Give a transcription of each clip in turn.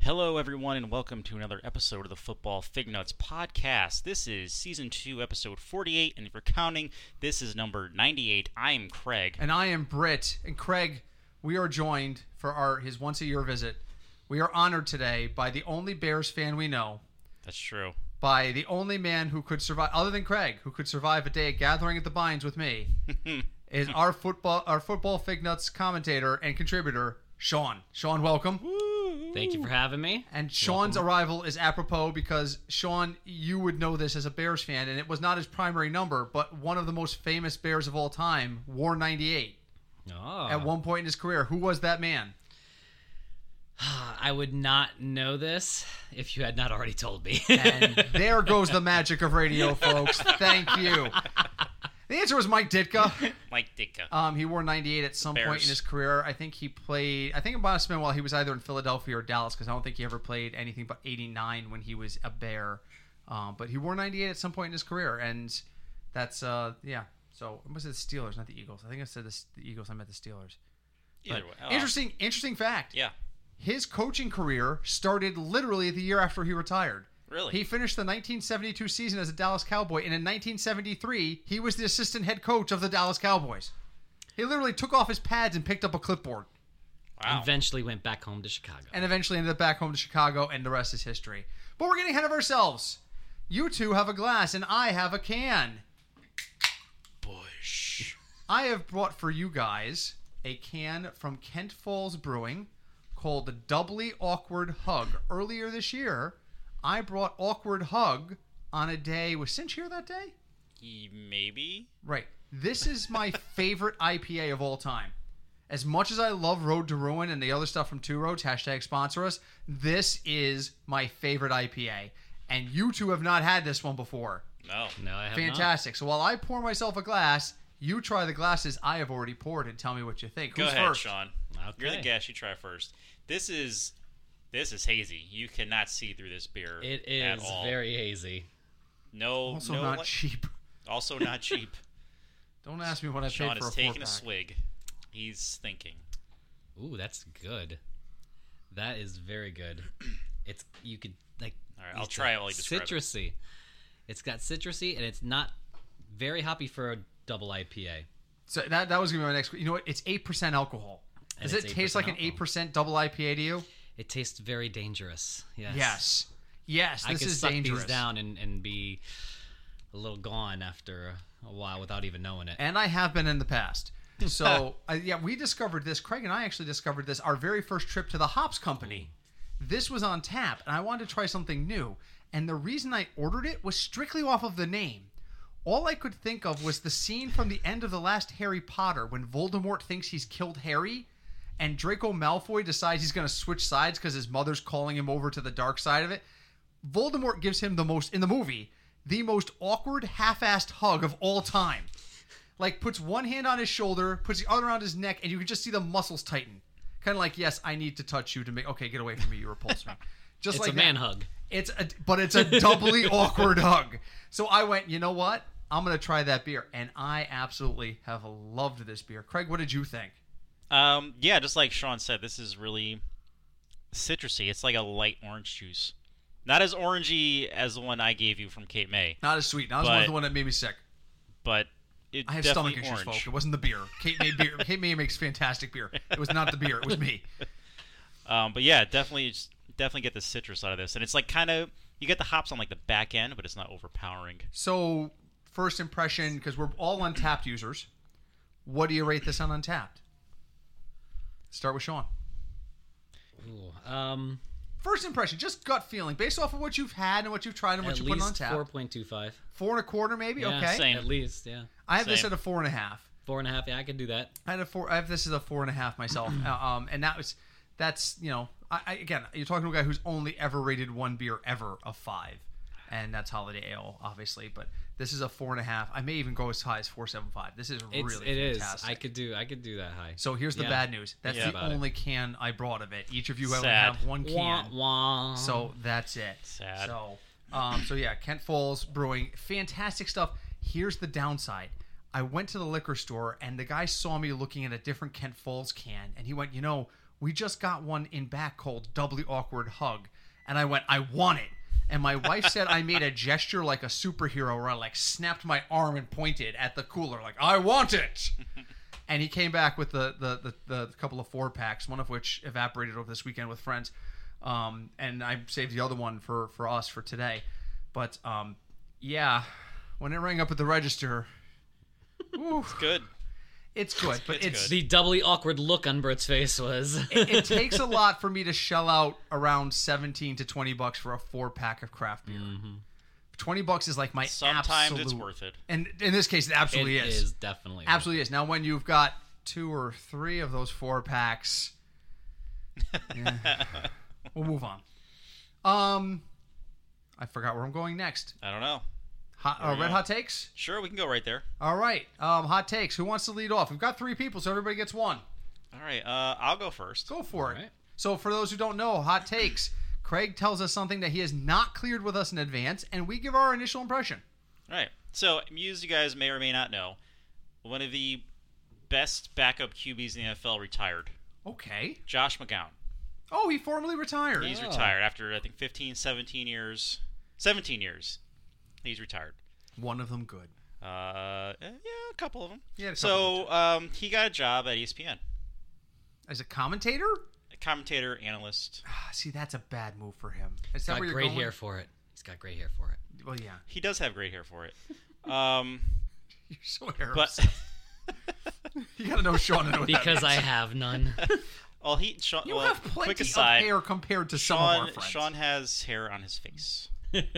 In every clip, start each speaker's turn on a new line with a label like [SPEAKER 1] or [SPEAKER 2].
[SPEAKER 1] Hello, everyone, and welcome to another episode of the Football Fig Nuts podcast. This is season two, episode 48, and if you're counting, this is number 98. I am Craig.
[SPEAKER 2] And I am Britt. And Craig, we are joined for our his once a year visit. We are honored today by the only Bears fan we know,
[SPEAKER 1] That's true.
[SPEAKER 2] by the only man who could survive other than Craig, who could survive a day at gathering at the binds with me, is our football our football fig nuts commentator and contributor, Sean. Sean, welcome.
[SPEAKER 3] Thank you for having me.
[SPEAKER 2] And Sean's arrival is apropos because Sean, you would know this as a Bears fan, and it was not his primary number, but one of the most famous Bears of all time wore 98
[SPEAKER 1] Ah.
[SPEAKER 3] Oh.
[SPEAKER 1] Uh-huh.
[SPEAKER 2] at one point in his career. Who was that man?
[SPEAKER 3] I would not know this if you had not already told me.
[SPEAKER 2] And there goes the magic of radio, folks. Thank you. The answer was Mike Ditka.
[SPEAKER 1] Mike Ditka.
[SPEAKER 2] Um, he wore 98 at some point
[SPEAKER 1] Bears.
[SPEAKER 2] in his career. I think he played, I think it must have been while he was either in Philadelphia or Dallas because I don't think he ever played anything but 89 when he was a Bear. Um, but he wore 98 at some point in his career. And that's, uh, yeah. So I must have the Steelers, not the Eagles. I think I said the, the Eagles, I meant the Steelers.
[SPEAKER 1] Either way. oh,
[SPEAKER 2] Interesting, interesting fact.
[SPEAKER 1] Yeah,
[SPEAKER 2] His coaching career started literally the year after he retired.
[SPEAKER 1] really.
[SPEAKER 2] He finished the 1972 season as a Dallas Cowboy, and in 1973, he was the assistant head coach of the Dallas Cowboys. He literally took off his pads and picked up a clipboard,
[SPEAKER 1] wow.
[SPEAKER 3] Eventually went back home to Chicago.
[SPEAKER 2] and eventually ended up back home to Chicago, and the rest is history. But we're getting ahead of ourselves. You two have a glass, and I have a can.
[SPEAKER 1] Bush.
[SPEAKER 2] I have brought for you guys a can from Kent Falls Brewing called the Doubly Awkward Hug. Earlier this year, I brought Awkward Hug on a day. Was Cinch here that day?
[SPEAKER 1] He- Maybe.
[SPEAKER 2] Right. This is my favorite IPA of all time. As much as I love Road to Ruin and the other stuff from Two Roads, hashtag sponsor us, this is my favorite IPA. And you two have not had this one before.
[SPEAKER 1] No.
[SPEAKER 3] no, I have not.
[SPEAKER 2] Fantastic. So while I pour myself a glass, you try the glasses I have already poured and tell me what you think.
[SPEAKER 1] Go
[SPEAKER 2] Who's
[SPEAKER 1] ahead,
[SPEAKER 2] first?
[SPEAKER 1] Sean.
[SPEAKER 3] Okay.
[SPEAKER 1] You're the guest. You try first. This is this is hazy. You cannot see through this beer.
[SPEAKER 3] It
[SPEAKER 1] at
[SPEAKER 3] is
[SPEAKER 1] all.
[SPEAKER 3] very hazy.
[SPEAKER 1] no.
[SPEAKER 2] Also
[SPEAKER 1] no
[SPEAKER 2] not
[SPEAKER 1] li-
[SPEAKER 2] cheap.
[SPEAKER 1] Also not cheap.
[SPEAKER 2] Don't ask me what I
[SPEAKER 1] Sean
[SPEAKER 2] paid for
[SPEAKER 1] is
[SPEAKER 2] a four
[SPEAKER 1] taking a
[SPEAKER 2] pack.
[SPEAKER 1] swig. He's thinking.
[SPEAKER 3] Ooh, that's good. That is very good. It's you could like.
[SPEAKER 1] All right,
[SPEAKER 3] it's
[SPEAKER 1] I'll try it
[SPEAKER 3] like
[SPEAKER 1] while you describe it.
[SPEAKER 3] citrusy. It's got citrusy and it's not very hoppy for a double IPA.
[SPEAKER 2] So that, that was gonna be my next. You know what? It's eight percent alcohol.
[SPEAKER 3] And
[SPEAKER 2] Does it
[SPEAKER 3] it's
[SPEAKER 2] taste like
[SPEAKER 3] 8%
[SPEAKER 2] an eight
[SPEAKER 3] alcohol.
[SPEAKER 2] percent double IPA to you?
[SPEAKER 3] It tastes very dangerous. Yes.
[SPEAKER 2] Yes. Yes.
[SPEAKER 3] I
[SPEAKER 2] this
[SPEAKER 3] could
[SPEAKER 2] is
[SPEAKER 3] suck
[SPEAKER 2] dangerous.
[SPEAKER 3] these down and, and be a little gone after a while without even knowing it.
[SPEAKER 2] and I have been in the past. So uh, yeah, we discovered this. Craig and I actually discovered this our very first trip to the Hops Company. This was on tap, and I wanted to try something new. And the reason I ordered it was strictly off of the name. All I could think of was the scene from the end of the last Harry Potter when Voldemort thinks he's killed Harry, and Draco Malfoy decides he's going to switch sides because his mother's calling him over to the dark side of it. Voldemort gives him the most in the movie, the most awkward, half-assed hug of all time. Like puts one hand on his shoulder, puts the other around his neck, and you can just see the muscles tighten. Kind of like, yes, I need to touch you to make. Okay, get away from me. You repulse me. Just
[SPEAKER 3] it's
[SPEAKER 2] like
[SPEAKER 3] a
[SPEAKER 2] that.
[SPEAKER 3] man hug.
[SPEAKER 2] It's a, but it's a doubly awkward hug. So I went. You know what? I'm gonna try that beer, and I absolutely have loved this beer. Craig, what did you think?
[SPEAKER 1] Um, yeah, just like Sean said, this is really citrusy. It's like a light orange juice, not as orangey as the one I gave you from Cape May,
[SPEAKER 2] Not as sweet. Not as much as
[SPEAKER 1] But-
[SPEAKER 2] the one that made me sick.
[SPEAKER 1] but it
[SPEAKER 2] I have
[SPEAKER 1] definitely
[SPEAKER 2] stomach issues,
[SPEAKER 1] orange.
[SPEAKER 2] folks. It wasn't the beer. Kate May beer. Kate May makes fantastic beer. It was not the beer. It was me.
[SPEAKER 1] Um, but yeah, definitely, it's- definitely get the citrus out of this, and it's like kind of you get the hops on like the back end, but it's not overpowering.
[SPEAKER 2] So first impression, because we're all Untapped users. What do you rate this on Untapped? Start with Sean.
[SPEAKER 3] Ooh, um,
[SPEAKER 2] First impression, just gut feeling, based off of what you've had and what you've tried and what
[SPEAKER 3] at
[SPEAKER 2] you put on
[SPEAKER 3] least
[SPEAKER 2] tap.
[SPEAKER 3] four
[SPEAKER 2] Four,
[SPEAKER 3] point two five.
[SPEAKER 2] and a quarter, maybe.
[SPEAKER 3] Yeah,
[SPEAKER 2] okay.
[SPEAKER 1] same.
[SPEAKER 3] At least, yeah,
[SPEAKER 2] I have this
[SPEAKER 1] Same.
[SPEAKER 2] at a four and a half.
[SPEAKER 3] four and a half. Yeah, I could do that.
[SPEAKER 2] I had a four. I have this as a four and a half myself. Uh, um, and that was that's you know, I, I again, you're talking to a guy who's only ever rated one beer ever a five, and that's Holiday Ale, obviously. But this is a four and a half. I may even go as high as four seven five. This is
[SPEAKER 3] It's,
[SPEAKER 2] really
[SPEAKER 3] it is.
[SPEAKER 2] fantastic.
[SPEAKER 3] I could do. I could do that high.
[SPEAKER 2] so here's the
[SPEAKER 3] Yeah.
[SPEAKER 2] bad news. That's
[SPEAKER 1] Yeah.
[SPEAKER 2] the
[SPEAKER 3] About it.
[SPEAKER 2] only can I brought of it. Each of you only
[SPEAKER 1] Sad.
[SPEAKER 2] have one
[SPEAKER 3] Wah,
[SPEAKER 2] can.
[SPEAKER 3] wah.
[SPEAKER 2] So that's it.
[SPEAKER 1] Sad.
[SPEAKER 2] So, um, so yeah, Kent Falls Brewing, fantastic stuff. Here's the downside. I went to the liquor store and the guy saw me looking at a different Kent Falls can, and he went, "You know, we just got one in back called doubly awkward hug and i went i want it and my wife said i made a gesture like a superhero where i like snapped my arm and pointed at the cooler like i want it and he came back with the the, the the couple of four packs one of which evaporated over this weekend with friends um, and i saved the other one for for us for today but um, yeah when it rang up at the register whew,
[SPEAKER 1] Good.
[SPEAKER 2] it's good but
[SPEAKER 1] It's
[SPEAKER 2] it's
[SPEAKER 1] good.
[SPEAKER 3] The doubly awkward look on Bert's face was.
[SPEAKER 2] it takes a lot for me to shell out around 17 to 20 bucks for a four pack of craft beer. 20 bucks is like my
[SPEAKER 1] Mm-hmm. Sometimes
[SPEAKER 2] absolute
[SPEAKER 1] it's worth it.
[SPEAKER 2] And in this case it
[SPEAKER 3] it
[SPEAKER 2] absolutely is.
[SPEAKER 3] is definitely worth
[SPEAKER 2] Absolutely is. Now when you've got two or three of those four packs yeah. we'll move on. Um I forgot where I'm going next.
[SPEAKER 1] I don't know.
[SPEAKER 2] Hot, uh, red hot takes.
[SPEAKER 1] Sure, we can go right there.
[SPEAKER 2] All right, um, hot takes. Who wants to lead off? We've got three people, so everybody gets one.
[SPEAKER 1] All right, uh, I'll go first.
[SPEAKER 2] Go for it.
[SPEAKER 3] right.
[SPEAKER 2] So, for those who don't know, hot takes. Craig tells us something that he has not cleared with us in advance, and we give our initial impression.
[SPEAKER 1] All right. So, Muse, you guys may or may not know, one of the best backup QBs in the NFL retired,
[SPEAKER 2] Okay.
[SPEAKER 1] Josh McGown.
[SPEAKER 2] Oh, he formally retired.
[SPEAKER 1] He's
[SPEAKER 3] Oh.
[SPEAKER 1] retired after, I think, 15, 17 years. 17 years. He's retired.
[SPEAKER 2] One of them good.
[SPEAKER 1] Uh, eh, yeah, a couple of them.
[SPEAKER 2] Yeah, a couple
[SPEAKER 1] so um, he got a job at ESPN,
[SPEAKER 2] As a commentator?
[SPEAKER 1] a commentator, analyst.
[SPEAKER 2] Ah, See, that's a bad move for him. Is that
[SPEAKER 3] Got
[SPEAKER 2] where you're
[SPEAKER 3] great
[SPEAKER 2] going?
[SPEAKER 3] hair for it. He's got great hair for it.
[SPEAKER 2] Well, yeah.
[SPEAKER 1] He does have great hair for it. Um,
[SPEAKER 2] You're so hair
[SPEAKER 1] but
[SPEAKER 2] obsessed. You gotta know Sean to know what that
[SPEAKER 3] Because
[SPEAKER 2] means.
[SPEAKER 3] I have none.
[SPEAKER 1] well, he Sean.
[SPEAKER 2] You
[SPEAKER 1] well,
[SPEAKER 2] have plenty
[SPEAKER 1] quick aside,
[SPEAKER 2] of hair compared to some of
[SPEAKER 1] Sean
[SPEAKER 2] our friends.
[SPEAKER 1] Sean has hair on his face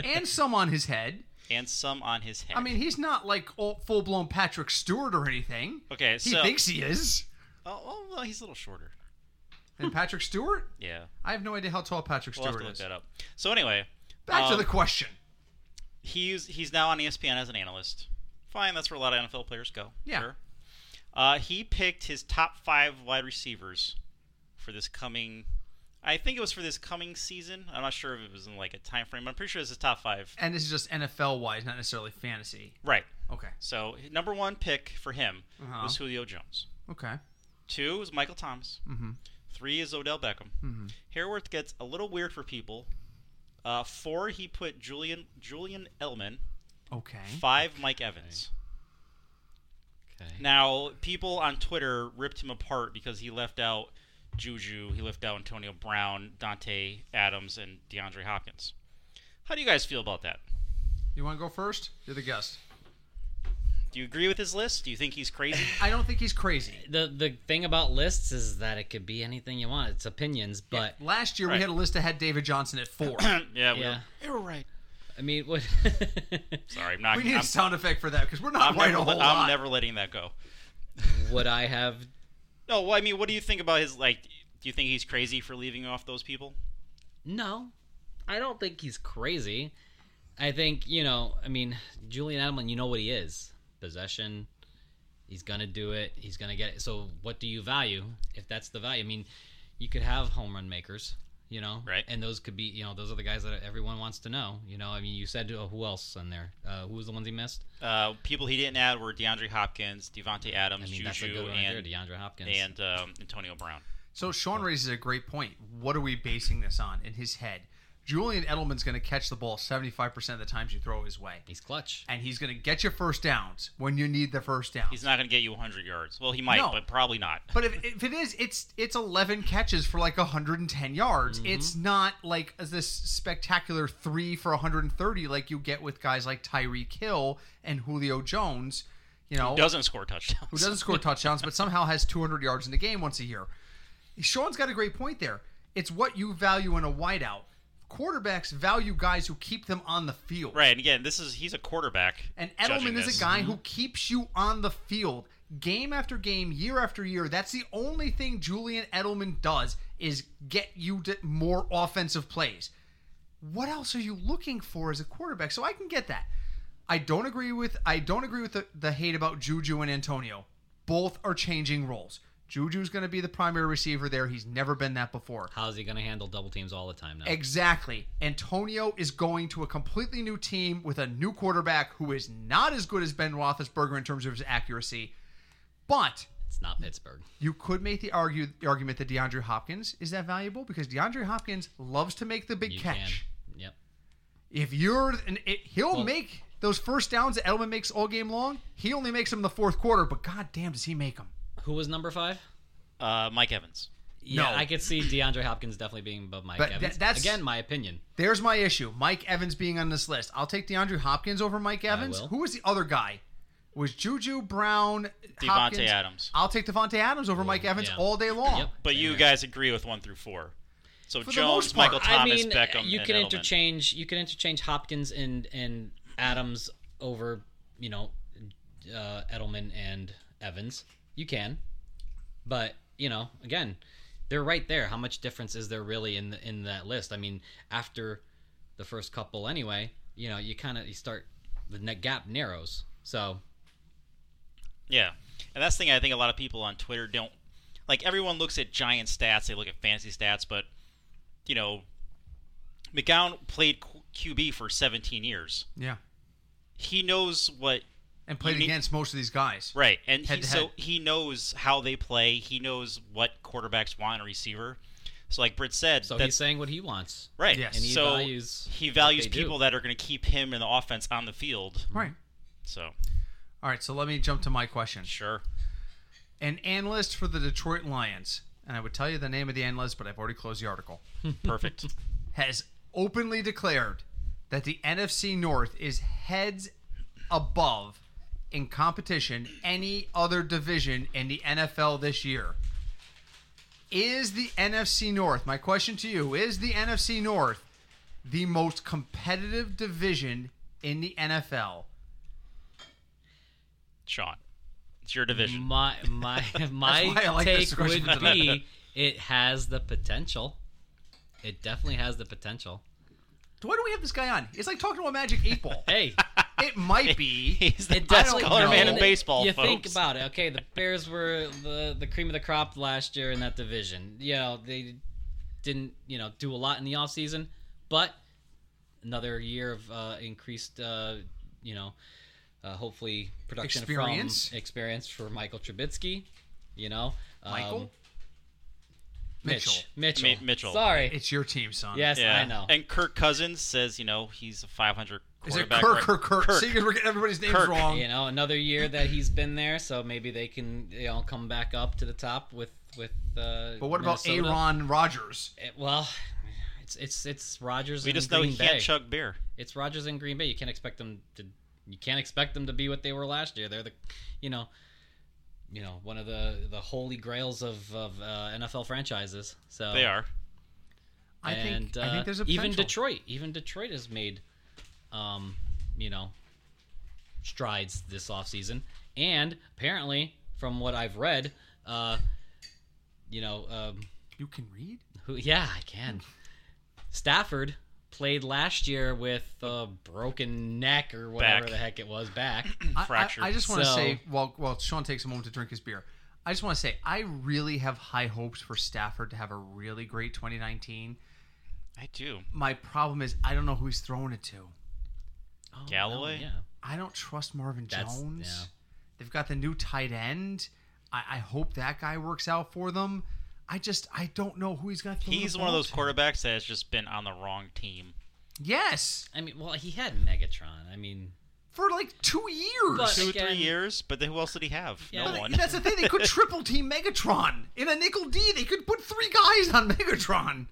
[SPEAKER 2] And some on his head.
[SPEAKER 1] and some on his head.
[SPEAKER 2] I mean, he's not like full blown Patrick Stewart or anything.
[SPEAKER 1] okay,
[SPEAKER 2] He
[SPEAKER 1] so
[SPEAKER 2] thinks he is.
[SPEAKER 1] oh, oh, well, he's a little shorter.
[SPEAKER 2] And Patrick Stewart?
[SPEAKER 1] Yeah,
[SPEAKER 2] I have no idea how tall Patrick
[SPEAKER 1] we'll
[SPEAKER 2] Stewart
[SPEAKER 1] have to look
[SPEAKER 2] is.
[SPEAKER 1] that up. So anyway,
[SPEAKER 2] Back to
[SPEAKER 1] Um,
[SPEAKER 2] the question.
[SPEAKER 1] he's he's now on E ESPN as an analyst. Fine, that's where a lot of NFL players go.
[SPEAKER 2] Yeah.
[SPEAKER 1] Sure. Uh, he picked his top five wide receivers for this coming. I think it was for this coming season. I'm not sure if it was in like a time frame, but I'm pretty sure it's his top five.
[SPEAKER 2] And this is just NFL wise, not necessarily fantasy.
[SPEAKER 1] Right.
[SPEAKER 2] Okay.
[SPEAKER 1] So his number one pick for him
[SPEAKER 2] Uh-huh.
[SPEAKER 1] was Julio Jones.
[SPEAKER 2] Okay.
[SPEAKER 1] Two is Michael Thomas.
[SPEAKER 2] Mm-hmm.
[SPEAKER 1] Three is Odell Beckham.
[SPEAKER 2] Mhm.
[SPEAKER 1] Hareworth gets a little weird for people. Uh, four, he put Julian Julian Elman.
[SPEAKER 2] Okay.
[SPEAKER 1] Five, Mike Evans.
[SPEAKER 3] Okay.
[SPEAKER 1] Now, people on Twitter ripped him apart because he left out Juju, he left out Antonio Brown, Dante Adams, and DeAndre Hopkins. How do you guys feel about that?
[SPEAKER 2] You want to go first? You're the guest.
[SPEAKER 1] Do you agree with his list? Do you think he's crazy?
[SPEAKER 2] I don't think he's crazy.
[SPEAKER 3] the the thing about lists is that it could be anything you want. It's opinions, but
[SPEAKER 2] Last year
[SPEAKER 1] Right.
[SPEAKER 2] we had a list that had David Johnson at four.
[SPEAKER 1] yeah, we
[SPEAKER 3] Yeah.
[SPEAKER 1] were, you were right.
[SPEAKER 3] I mean, what?
[SPEAKER 1] Sorry, I'm not.
[SPEAKER 2] we
[SPEAKER 1] I'm,
[SPEAKER 2] need a sound effect for that because we're not
[SPEAKER 1] I'm
[SPEAKER 2] right
[SPEAKER 1] never,
[SPEAKER 2] a whole
[SPEAKER 1] I'm
[SPEAKER 2] lot.
[SPEAKER 1] never letting that go.
[SPEAKER 3] would I have?
[SPEAKER 1] No, well, I mean, what do you think about his like? Do you think he's crazy for leaving off those people?
[SPEAKER 3] No, I don't think he's crazy. I think you know. I mean, Julian Edelman, you know what he is: possession. He's gonna do it. He's gonna get it. So, what do you value? If that's the value, I mean, you could have home run makers, you know,
[SPEAKER 1] Right.
[SPEAKER 3] And those could be, you know, those are the guys that everyone wants to know. You know, I mean, you said oh, who else on there? Uh, who was the ones he missed?
[SPEAKER 1] Uh, people he didn't add were DeAndre Hopkins, Devontae Adams,
[SPEAKER 3] I mean, that's a
[SPEAKER 1] Juju,
[SPEAKER 3] good one right there,
[SPEAKER 1] and
[SPEAKER 3] DeAndre Hopkins.
[SPEAKER 1] and um, Antonio Brown.
[SPEAKER 2] So Sean raises a great point. What are we basing this on in his head? Julian Edelman's going to catch the ball 75% of the times you throw his way.
[SPEAKER 3] he's clutch.
[SPEAKER 2] And he's going to get you first downs when you need the first downs.
[SPEAKER 1] He's not going to get you 100 yards. Well, he might,
[SPEAKER 2] No.
[SPEAKER 1] but probably not.
[SPEAKER 2] But if, if it is, it's it's eleven catches for like hundred and ten yards.
[SPEAKER 1] Mm-hmm.
[SPEAKER 2] It's not like this spectacular three for hundred and thirty like you get with guys like Tyreek Hill and Julio Jones. You know,
[SPEAKER 1] doesn't score touchdowns.
[SPEAKER 2] who doesn't score touchdowns, but somehow has 200 yards in a game once a year. Sean's got a great point there. It's what you value in a wideout. Quarterbacks value guys who keep them on the field.
[SPEAKER 1] Right, and again, this is he's a quarterback.
[SPEAKER 2] And
[SPEAKER 1] judging
[SPEAKER 2] Edelman is
[SPEAKER 1] this.
[SPEAKER 2] a guy who keeps you on the field game after game, year after year. That's the only thing Julian Edelman does is get you to more offensive plays. What else are you looking for as a quarterback? So I can get that. I don't agree with I don't agree with the, the hate about Juju and Antonio. Both are changing roles. Juju's going to be the primary receiver there. He's never been that before.
[SPEAKER 3] How's he gonna handle double teams all the time now?
[SPEAKER 2] Exactly. Antonio is going to a completely new team with a new quarterback who is not as good as Ben Roethlisberger in terms of his accuracy, but
[SPEAKER 3] It's not Pittsburgh.
[SPEAKER 2] You could make the argue the argument that DeAndre Hopkins is that valuable because DeAndre Hopkins loves to make the big
[SPEAKER 3] You
[SPEAKER 2] catch.
[SPEAKER 3] can. Yep.
[SPEAKER 2] If you're, and it, he'll
[SPEAKER 3] Well-
[SPEAKER 2] make those first downs that Edelman makes all game long. He only makes them in the fourth quarter, but goddamn, does he make them?
[SPEAKER 3] Who was number five?
[SPEAKER 1] Uh, Mike Evans.
[SPEAKER 3] Yeah,
[SPEAKER 2] No.
[SPEAKER 3] I could see DeAndre Hopkins definitely being above Mike
[SPEAKER 2] But tha-
[SPEAKER 3] Evans.
[SPEAKER 2] that's-
[SPEAKER 3] Again, my opinion.
[SPEAKER 2] There's my issue. Mike Evans being on this list. I'll take DeAndre Hopkins over Mike Evans.
[SPEAKER 3] will.
[SPEAKER 2] Who was the other guy? Was Juju Brown,
[SPEAKER 1] Devontae
[SPEAKER 2] Hopkins?
[SPEAKER 1] Adams.
[SPEAKER 2] I'll take Devontae Adams over Mike Evans
[SPEAKER 3] yeah.
[SPEAKER 2] all day long.
[SPEAKER 3] Yep.
[SPEAKER 1] Oh, But
[SPEAKER 3] Same
[SPEAKER 1] you
[SPEAKER 3] here.
[SPEAKER 1] guys agree with one through four. So
[SPEAKER 2] For the
[SPEAKER 1] Jones,
[SPEAKER 2] most part,
[SPEAKER 1] Michael
[SPEAKER 3] I
[SPEAKER 1] Thomas,
[SPEAKER 3] mean,
[SPEAKER 1] Beckham,
[SPEAKER 3] you
[SPEAKER 1] and
[SPEAKER 3] can
[SPEAKER 1] Edelman.
[SPEAKER 3] interchange you can interchange Hopkins and and Adams over you know uh, Edelman and Evans. You can, but you know again, they're right there. How much difference is there really in the, in that list? I mean, after the first couple anyway, you know you kind of you start the net gap narrows. So
[SPEAKER 1] Yeah, and that's the thing I think a lot of people on Twitter don't like. Everyone looks at giant stats; they look at fantasy stats, but you know, McGowan played Q- QB for 17 years.
[SPEAKER 2] Yeah.
[SPEAKER 1] He knows what
[SPEAKER 2] And played
[SPEAKER 1] need-
[SPEAKER 2] against most of these guys.
[SPEAKER 1] right, and he,
[SPEAKER 2] Head-to-head.
[SPEAKER 1] so he knows how they play. He knows what quarterbacks want in a receiver. So, like Britt said,
[SPEAKER 3] so he's
[SPEAKER 1] that's
[SPEAKER 3] saying what he wants.
[SPEAKER 1] right.
[SPEAKER 2] Yes.
[SPEAKER 3] And he
[SPEAKER 1] so
[SPEAKER 3] values
[SPEAKER 1] he
[SPEAKER 3] what
[SPEAKER 1] values
[SPEAKER 3] they do.
[SPEAKER 1] people that are going to keep him and the offense on the field.
[SPEAKER 2] Right.
[SPEAKER 1] So
[SPEAKER 2] All right. So let me jump to my question.
[SPEAKER 1] sure,
[SPEAKER 2] An analyst for the Detroit Lions, and I would tell you the name of the analyst, but I've already closed the article,
[SPEAKER 1] perfect.
[SPEAKER 2] has openly declared that the NFC North is heads above in competition any other division in the NFL this year. Is the NFC North, my question to you, is the NFC North the most competitive division in the NFL?
[SPEAKER 1] Sean, it's your division.
[SPEAKER 3] My my my
[SPEAKER 2] why I like this
[SPEAKER 3] take
[SPEAKER 2] question
[SPEAKER 3] would
[SPEAKER 2] today.
[SPEAKER 3] be it has the potential. It definitely has the potential.
[SPEAKER 2] Why do we have this guy on? It's like talking to a magic eight ball.
[SPEAKER 3] Hey,
[SPEAKER 2] it might be.
[SPEAKER 1] He's the
[SPEAKER 3] it
[SPEAKER 1] best
[SPEAKER 3] definitely
[SPEAKER 1] color
[SPEAKER 2] know.
[SPEAKER 1] man in
[SPEAKER 2] You-
[SPEAKER 1] baseball,
[SPEAKER 3] You
[SPEAKER 1] folks.
[SPEAKER 3] think about it. Okay, the Bears were the the cream of the crop last year in that division. You know, they didn't you know do a lot in the offseason, but another year of uh, increased uh, you know uh, hopefully production
[SPEAKER 2] Experience.
[SPEAKER 3] from experience for Michael Trubisky. You know, um,
[SPEAKER 2] Michael? Mitchell.
[SPEAKER 3] Mitch, Mitchell,
[SPEAKER 1] Mi- Mitchell.
[SPEAKER 3] Sorry,
[SPEAKER 2] It's your team, son.
[SPEAKER 3] Yes,
[SPEAKER 1] Yeah,
[SPEAKER 3] I know.
[SPEAKER 1] And Kirk Cousins says, you know, he's a 500
[SPEAKER 2] Is it
[SPEAKER 1] quarterback.
[SPEAKER 2] Kirk
[SPEAKER 1] right?
[SPEAKER 2] or Kirk?
[SPEAKER 1] Kirk.
[SPEAKER 2] See, 'cause we're getting everybody's names
[SPEAKER 1] Kirk.
[SPEAKER 2] wrong.
[SPEAKER 3] you know, another year that he's been there, so maybe they can you know come back up to the top with with. Uh,
[SPEAKER 2] But what about
[SPEAKER 3] Minnesota.
[SPEAKER 2] Aaron Rodgers?
[SPEAKER 3] It- well, it's it's it's Rogers.
[SPEAKER 1] We
[SPEAKER 3] and
[SPEAKER 1] just know
[SPEAKER 3] Green
[SPEAKER 1] he
[SPEAKER 3] Bay.
[SPEAKER 1] can't chug beer.
[SPEAKER 3] It's Rogers and Green Bay. You can't expect them to. You can't expect them to be what they were last year. They're the, you know, you know, one of the the holy grails of of uh, NFL franchises. So
[SPEAKER 1] They are.
[SPEAKER 2] I think.
[SPEAKER 3] and,
[SPEAKER 2] I
[SPEAKER 3] uh,
[SPEAKER 2] think there's a
[SPEAKER 3] even
[SPEAKER 2] potential.
[SPEAKER 3] Detroit, even Detroit has made, um, you know, strides this offseason. and apparently, from what I've read, uh, you know, um,
[SPEAKER 2] You can read.
[SPEAKER 3] who? Yeah, I can. Stafford played last year with a broken neck or whatever
[SPEAKER 1] Back.
[SPEAKER 3] the heck it was back.
[SPEAKER 2] I- I-
[SPEAKER 1] Fractured.
[SPEAKER 2] I, just want to
[SPEAKER 3] So-
[SPEAKER 2] say, while while Sean takes a moment to drink his beer, I just want to say I really have high hopes for Stafford to have a really great 2019.
[SPEAKER 1] I do.
[SPEAKER 2] My problem is I don't know who he's throwing it to.
[SPEAKER 3] Oh,
[SPEAKER 1] Galloway?
[SPEAKER 3] no,
[SPEAKER 2] I don't trust Marvin
[SPEAKER 3] That's-
[SPEAKER 2] Jones.
[SPEAKER 3] yeah.
[SPEAKER 2] They've got the new tight end. I, I hope that guy works out for them. I just I don't know who he's got.
[SPEAKER 1] He's one of those quarterbacks that has just been on the wrong team.
[SPEAKER 2] Yes,
[SPEAKER 3] yeah. I mean, well, he had Megatron. I mean,
[SPEAKER 2] for like two years.
[SPEAKER 3] But-
[SPEAKER 1] Two, three
[SPEAKER 3] Again-
[SPEAKER 1] years, but then who else did he have?
[SPEAKER 3] Yeah.
[SPEAKER 1] No
[SPEAKER 2] But
[SPEAKER 1] one.
[SPEAKER 2] That's the thing. They could triple team Megatron in a nickel D. They could put three guys on Megatron.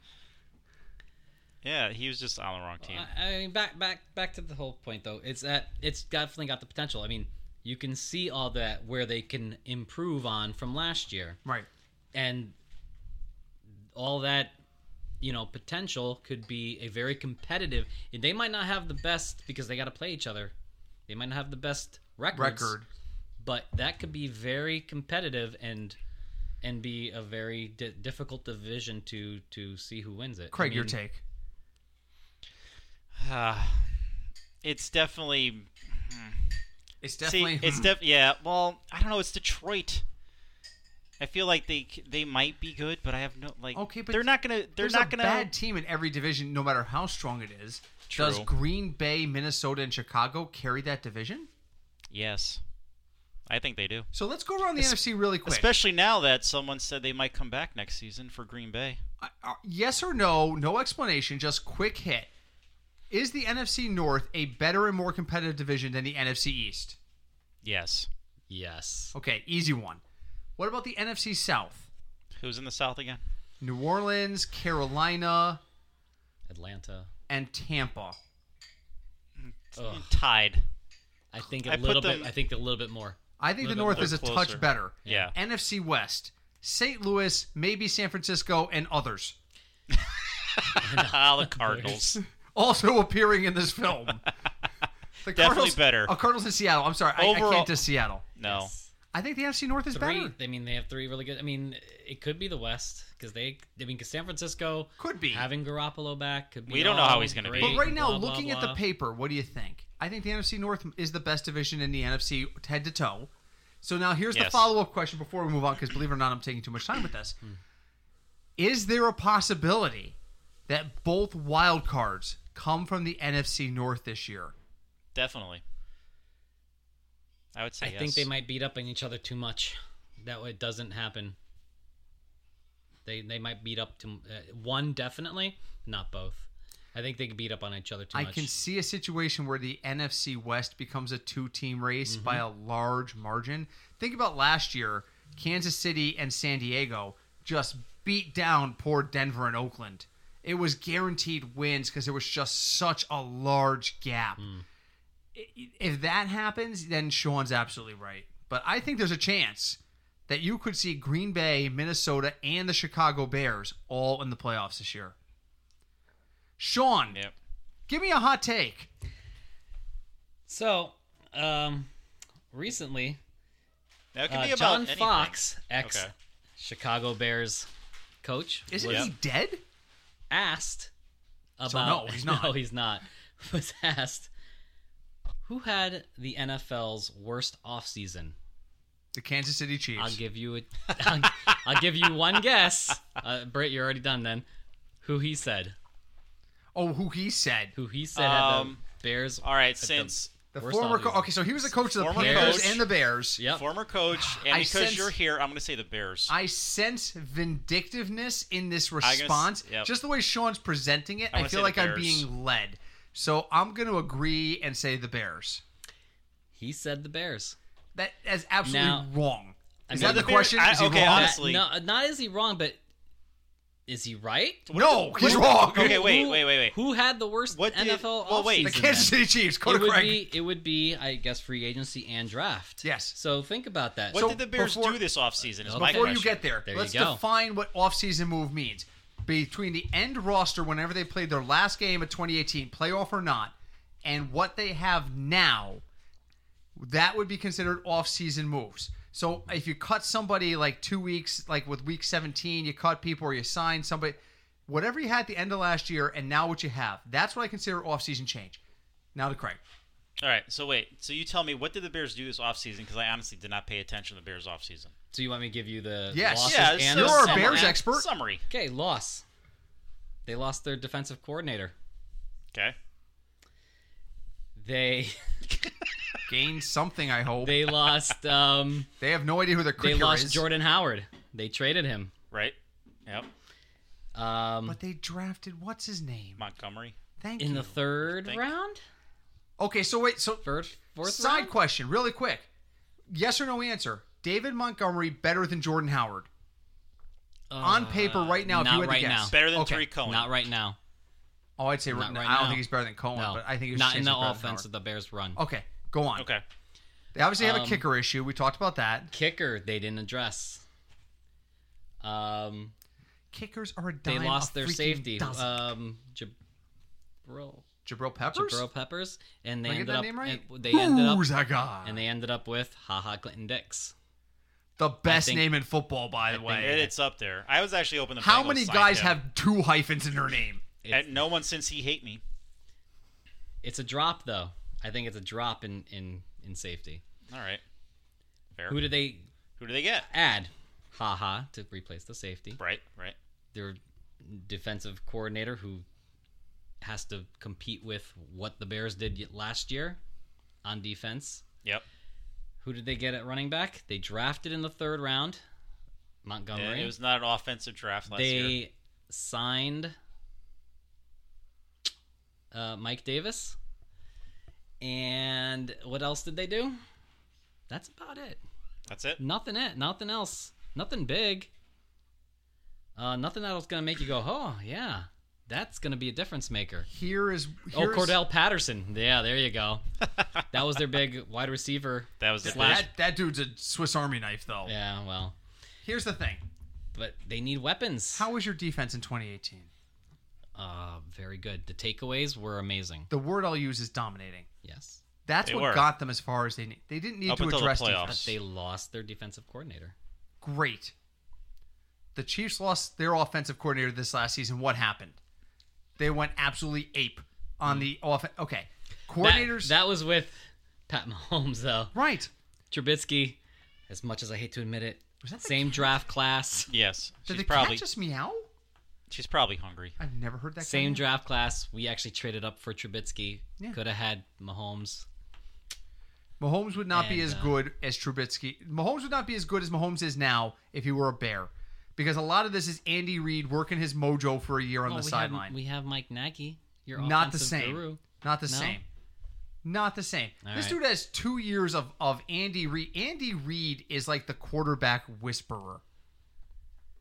[SPEAKER 1] yeah, he was just on the wrong team.
[SPEAKER 3] I, I mean, back back back to the whole point though. It's that it's definitely got the potential. I mean, you can see all that where they can improve on from last year,
[SPEAKER 2] Right.
[SPEAKER 3] and all that you know potential could be a very competitive. They might not have the best because they got to play each other. They might not have the best records,
[SPEAKER 2] Record.
[SPEAKER 3] but that could be very competitive and and be a very di- difficult division to to see who wins it. I
[SPEAKER 2] Craig, your
[SPEAKER 3] mean,
[SPEAKER 2] take.
[SPEAKER 1] Ah, it's definitely.
[SPEAKER 2] It's
[SPEAKER 1] See, it's def- Yeah, well, I don't know. It's Detroit. I feel like they c- they might be good, but I have no like.
[SPEAKER 2] Okay, but
[SPEAKER 1] they're not gonna. They're
[SPEAKER 2] There's
[SPEAKER 1] not
[SPEAKER 2] a
[SPEAKER 1] gonna.
[SPEAKER 2] bad team in every division, no matter how strong it is. Does
[SPEAKER 1] True.
[SPEAKER 2] Green Bay, Minnesota, and Chicago carry that division?
[SPEAKER 1] Yes. I think they do.
[SPEAKER 2] So let's go around the NFC really quick.
[SPEAKER 1] Especially now that someone said they might come back next season for Green Bay.
[SPEAKER 2] Uh, uh, yes or no, no explanation, just quick hit. Is the NFC North a better and more competitive division than the NFC East?
[SPEAKER 1] Yes.
[SPEAKER 3] Yes.
[SPEAKER 2] Okay, easy one. What about the NFC South?
[SPEAKER 1] Who's in the South again?
[SPEAKER 2] New Orleans, Carolina,
[SPEAKER 3] Atlanta.
[SPEAKER 2] and Tampa.
[SPEAKER 3] Ugh.
[SPEAKER 1] Tied.
[SPEAKER 3] I think a
[SPEAKER 1] I put
[SPEAKER 3] little
[SPEAKER 1] them-
[SPEAKER 3] bit. I think a little bit more.
[SPEAKER 2] I think the
[SPEAKER 3] Little bit
[SPEAKER 2] North
[SPEAKER 3] more
[SPEAKER 2] is a
[SPEAKER 1] closer.
[SPEAKER 2] touch better.
[SPEAKER 1] Yeah.
[SPEAKER 2] NFC West, St. Louis, maybe San Francisco, and others.
[SPEAKER 1] the Cardinals.
[SPEAKER 2] Also appearing in this film. The Cardinals-
[SPEAKER 1] better.
[SPEAKER 2] Oh, Cardinals in Seattle. I'm sorry. I, I
[SPEAKER 1] Overall-
[SPEAKER 2] can't to Seattle.
[SPEAKER 1] No.
[SPEAKER 2] I think the NFC North is
[SPEAKER 3] Three.
[SPEAKER 2] better.
[SPEAKER 3] I mean, they have three really good. I mean, it could be the West because they. I mean, 'cause San Francisco
[SPEAKER 2] Could be.
[SPEAKER 3] having Garoppolo back. Could be
[SPEAKER 1] We don't know
[SPEAKER 3] all
[SPEAKER 1] how he's gonna be.
[SPEAKER 3] great,
[SPEAKER 2] But right now,
[SPEAKER 3] blah, blah,
[SPEAKER 2] looking at
[SPEAKER 3] blah.
[SPEAKER 2] the paper, what do you think? I think the NFC North is the best division in the NFC head to toe. So now here's the
[SPEAKER 1] Yes.
[SPEAKER 2] follow up question before we move on, because believe it or not, I'm taking too much time with this.
[SPEAKER 3] Hmm.
[SPEAKER 2] is there a possibility that both wild cards come from the NFC North this year?
[SPEAKER 1] Definitely. I would say
[SPEAKER 3] I
[SPEAKER 1] yes.
[SPEAKER 3] think they might beat up on each other too much. That way, it doesn't happen. They they might beat up to uh, one definitely, not both. I think they could beat up on each other too
[SPEAKER 2] I
[SPEAKER 3] much.
[SPEAKER 2] can see a situation where the NFC West becomes a two team
[SPEAKER 3] Mm-hmm.
[SPEAKER 2] race by a large margin. Think about last year Kansas City and San Diego just beat down poor Denver and Oakland. It was guaranteed wins because there was just such a large gap.
[SPEAKER 3] Mm.
[SPEAKER 2] I- i- If that happens, then Sean's absolutely right. But I think there's a chance that you could see Green Bay, Minnesota, and the Chicago Bears all in the playoffs this year. Sean,
[SPEAKER 1] Yep.
[SPEAKER 2] Give me a hot take.
[SPEAKER 3] So, um, recently,
[SPEAKER 1] That could
[SPEAKER 3] uh,
[SPEAKER 1] be about
[SPEAKER 3] John
[SPEAKER 1] anything.
[SPEAKER 3] Fox, ex
[SPEAKER 1] Okay.
[SPEAKER 3] Chicago Bears coach,
[SPEAKER 2] Isn't
[SPEAKER 3] was
[SPEAKER 2] he dead?
[SPEAKER 3] asked about.
[SPEAKER 2] no, he's not.
[SPEAKER 3] no, he's not. Was asked who had the NFL's worst offseason
[SPEAKER 2] The Kansas City Chiefs.
[SPEAKER 3] I'll give you a. I'll, I'll give you one guess. Uh, Britt, you're already done then. Who he said?
[SPEAKER 2] oh, who he said.
[SPEAKER 3] Who he said had
[SPEAKER 1] Um,
[SPEAKER 3] the Bears?
[SPEAKER 1] All right,
[SPEAKER 3] the-
[SPEAKER 1] since
[SPEAKER 2] The
[SPEAKER 3] Worst
[SPEAKER 2] former
[SPEAKER 3] offseason.
[SPEAKER 2] co- Okay, so he was the coach of the
[SPEAKER 1] Former
[SPEAKER 2] Panthers
[SPEAKER 3] coach.
[SPEAKER 2] and the Bears.
[SPEAKER 3] Yep.
[SPEAKER 1] former coach, and
[SPEAKER 2] I
[SPEAKER 1] because
[SPEAKER 2] sense-
[SPEAKER 1] you're here, I'm going to say the Bears.
[SPEAKER 2] I sense vindictiveness in this
[SPEAKER 1] guess-
[SPEAKER 2] response.
[SPEAKER 1] yep.
[SPEAKER 2] Just the way Sean's presenting it,
[SPEAKER 1] I'm
[SPEAKER 2] I,
[SPEAKER 1] gonna say
[SPEAKER 2] feel
[SPEAKER 1] the
[SPEAKER 2] like I'm
[SPEAKER 1] Bears.
[SPEAKER 2] being led. So I'm going to agree and say the Bears.
[SPEAKER 3] He said the Bears.
[SPEAKER 2] That is absolutely
[SPEAKER 3] Now-
[SPEAKER 2] wrong. Is
[SPEAKER 3] mean,
[SPEAKER 2] that the,
[SPEAKER 1] the Bears-
[SPEAKER 2] question?
[SPEAKER 1] I-
[SPEAKER 2] Is he
[SPEAKER 1] okay,
[SPEAKER 2] wrong?
[SPEAKER 1] honest- Honestly-
[SPEAKER 3] no, not is he wrong, but is he right?
[SPEAKER 2] no, he's wrong.
[SPEAKER 1] Okay, wait,
[SPEAKER 3] Who-
[SPEAKER 1] wait, wait, wait.
[SPEAKER 3] Who had the worst
[SPEAKER 1] What did-
[SPEAKER 3] NFL?
[SPEAKER 1] well, wait.
[SPEAKER 2] The
[SPEAKER 3] offseason then?
[SPEAKER 2] Kansas City Chiefs. Go
[SPEAKER 3] It
[SPEAKER 2] to
[SPEAKER 3] would
[SPEAKER 2] Craig.
[SPEAKER 3] be. It would be. I guess free agency and draft.
[SPEAKER 2] Yes.
[SPEAKER 3] So think about that.
[SPEAKER 1] what
[SPEAKER 2] So
[SPEAKER 1] did the Bears
[SPEAKER 2] before-
[SPEAKER 1] do this offseason is my
[SPEAKER 2] Before
[SPEAKER 1] question.
[SPEAKER 2] you get there,
[SPEAKER 3] There you
[SPEAKER 2] let's
[SPEAKER 3] go.
[SPEAKER 2] define what offseason move means. Between the end roster, whenever they played their last game of 2018, playoff or not, and what they have now, that would be considered offseason moves. So if you cut somebody like two weeks, like with week 17, you cut people or you sign somebody, whatever you had at the end of last year and now what you have, that's what I consider offseason change. Now to Craig.
[SPEAKER 1] All right, so wait. So you tell me, what did the Bears do this offseason? Because I honestly did not pay attention to the Bears offseason.
[SPEAKER 3] So you want me to give you the
[SPEAKER 2] Yes.
[SPEAKER 3] losses
[SPEAKER 1] Yeah,
[SPEAKER 3] and
[SPEAKER 1] so-
[SPEAKER 3] the
[SPEAKER 2] You're a
[SPEAKER 3] summer-
[SPEAKER 2] Bears
[SPEAKER 1] and-
[SPEAKER 2] expert.
[SPEAKER 1] Summary.
[SPEAKER 3] Okay, loss. They lost their defensive coordinator.
[SPEAKER 1] Okay.
[SPEAKER 3] They
[SPEAKER 2] Gain something, I hope. They,
[SPEAKER 3] they lost um
[SPEAKER 2] have no idea who their
[SPEAKER 3] they
[SPEAKER 2] kicker
[SPEAKER 3] lost
[SPEAKER 2] is.
[SPEAKER 3] Jordan Howard. They traded him.
[SPEAKER 1] Right? Yep.
[SPEAKER 3] Um
[SPEAKER 2] But they drafted what's his name?
[SPEAKER 1] Montgomery.
[SPEAKER 2] Thank
[SPEAKER 3] in
[SPEAKER 2] you.
[SPEAKER 3] the third
[SPEAKER 1] Think.
[SPEAKER 3] round?
[SPEAKER 2] Okay, so wait, so
[SPEAKER 3] Third fourth
[SPEAKER 2] side
[SPEAKER 3] round?
[SPEAKER 2] question, really quick. Yes or no answer. David Montgomery better than Jordan Howard on
[SPEAKER 3] Uh,
[SPEAKER 2] paper right now. If
[SPEAKER 3] not
[SPEAKER 2] you had
[SPEAKER 3] right
[SPEAKER 2] to guess,
[SPEAKER 3] now.
[SPEAKER 1] Better than
[SPEAKER 2] okay.
[SPEAKER 1] Tariq Cohen.
[SPEAKER 3] Not right now.
[SPEAKER 2] Oh, I'd say
[SPEAKER 3] Not
[SPEAKER 2] right
[SPEAKER 3] right
[SPEAKER 2] I don't
[SPEAKER 3] now.
[SPEAKER 2] think he's better than Cohen,
[SPEAKER 3] No.
[SPEAKER 2] but I think he's
[SPEAKER 3] not in the offense
[SPEAKER 2] offense.
[SPEAKER 3] of the Bears run.
[SPEAKER 2] Okay, go on.
[SPEAKER 1] Okay.
[SPEAKER 2] They obviously have a
[SPEAKER 3] Um,
[SPEAKER 2] kicker issue. We talked about that.
[SPEAKER 3] Kicker they didn't address. Um
[SPEAKER 2] Kickers are a
[SPEAKER 3] they
[SPEAKER 2] dime.
[SPEAKER 3] lost
[SPEAKER 2] a
[SPEAKER 3] their
[SPEAKER 2] freaking
[SPEAKER 3] safety.
[SPEAKER 2] dozen.
[SPEAKER 3] Um Jabril
[SPEAKER 2] Jabril Peppers.
[SPEAKER 3] Jabril Peppers and they
[SPEAKER 2] Did I get
[SPEAKER 3] ended
[SPEAKER 2] that
[SPEAKER 3] up
[SPEAKER 2] name right?
[SPEAKER 3] and they ended up
[SPEAKER 2] Who's that guy?
[SPEAKER 3] and they ended up with haha Clinton Dix.
[SPEAKER 2] the best
[SPEAKER 3] think-
[SPEAKER 2] name in football, by the
[SPEAKER 1] It-
[SPEAKER 2] way.
[SPEAKER 1] It's up there. I was actually open. The
[SPEAKER 2] How
[SPEAKER 1] Bengals
[SPEAKER 2] many
[SPEAKER 1] signed
[SPEAKER 2] guys
[SPEAKER 1] him.
[SPEAKER 2] have two hyphens in their name?
[SPEAKER 1] And no one since he hate me.
[SPEAKER 3] It's a drop though. I think it's a drop in in in safety.
[SPEAKER 1] All right. Fair.
[SPEAKER 3] Who did they
[SPEAKER 1] Who do they get?
[SPEAKER 3] add? Haha to replace the safety.
[SPEAKER 1] Right. Right.
[SPEAKER 3] Their defensive coordinator who has to compete with what the Bears did y- last year on defense.
[SPEAKER 1] Yep.
[SPEAKER 3] Who did they get at running back? They drafted in the third round, Montgomery.
[SPEAKER 1] It was not an offensive draft last
[SPEAKER 3] they
[SPEAKER 1] year.
[SPEAKER 3] signed uh, Mike Davis. And what else did they do? That's about it.
[SPEAKER 1] That's it.
[SPEAKER 3] Nothing it. Nothing else. Nothing big. Uh, nothing that's gonna make you go, oh yeah, that's gonna be a difference maker.
[SPEAKER 2] Here is
[SPEAKER 3] Oh,
[SPEAKER 2] here's-
[SPEAKER 3] Cordell Patterson. Yeah, there you go. that was their big wide receiver.
[SPEAKER 1] That was the
[SPEAKER 3] Slash.
[SPEAKER 1] big-
[SPEAKER 2] That, that dude's a Swiss Army knife, though.
[SPEAKER 3] Yeah, well,
[SPEAKER 2] Here's the thing:
[SPEAKER 3] but they need weapons.
[SPEAKER 2] How was your defense in 2018?
[SPEAKER 3] Uh, very good. The takeaways were amazing.
[SPEAKER 2] The word I'll use is dominating.
[SPEAKER 3] Yes,
[SPEAKER 2] That's
[SPEAKER 1] They
[SPEAKER 2] what
[SPEAKER 1] were.
[SPEAKER 2] got them as far as they need. They didn't need
[SPEAKER 1] Up
[SPEAKER 2] to
[SPEAKER 1] until the
[SPEAKER 2] address
[SPEAKER 1] playoffs.
[SPEAKER 3] but
[SPEAKER 2] defense.
[SPEAKER 3] they lost their defensive coordinator.
[SPEAKER 2] Great. The Chiefs lost their offensive coordinator this last season. What happened? They went absolutely ape
[SPEAKER 1] Hmm.
[SPEAKER 2] on the offense. Okay,
[SPEAKER 3] That-
[SPEAKER 2] coordinators.
[SPEAKER 3] That, was with Pat Mahomes though.
[SPEAKER 2] right.
[SPEAKER 3] Trubisky. As much as I hate to admit it,
[SPEAKER 2] Was that the
[SPEAKER 3] same draft class.
[SPEAKER 1] Yes,
[SPEAKER 2] Did
[SPEAKER 1] she's
[SPEAKER 2] the
[SPEAKER 1] probably
[SPEAKER 2] cat just meow?
[SPEAKER 1] she's probably hungry.
[SPEAKER 2] I've never heard that. cat
[SPEAKER 3] Same
[SPEAKER 2] meow.
[SPEAKER 3] draft class. We actually traded up for Trubisky.
[SPEAKER 2] Yeah.
[SPEAKER 3] Could have had Mahomes.
[SPEAKER 2] Mahomes would not be
[SPEAKER 3] And,
[SPEAKER 2] as
[SPEAKER 3] uh,
[SPEAKER 2] good as Trubisky. Mahomes would not be as good as Mahomes is now if he were a bear, because a lot of this is Andy Reid working his mojo for a year on
[SPEAKER 3] Well,
[SPEAKER 2] the
[SPEAKER 3] Oh, we
[SPEAKER 2] sideline.
[SPEAKER 3] Have, we have Mike Nagy. Your
[SPEAKER 2] Not the
[SPEAKER 3] offensive
[SPEAKER 2] same.
[SPEAKER 3] Guru.
[SPEAKER 2] Not the
[SPEAKER 3] No?
[SPEAKER 2] same. Not the same.
[SPEAKER 3] All
[SPEAKER 2] this
[SPEAKER 3] right.
[SPEAKER 2] dude has two years of of Andy Reid. Andy Reid is like the quarterback whisperer.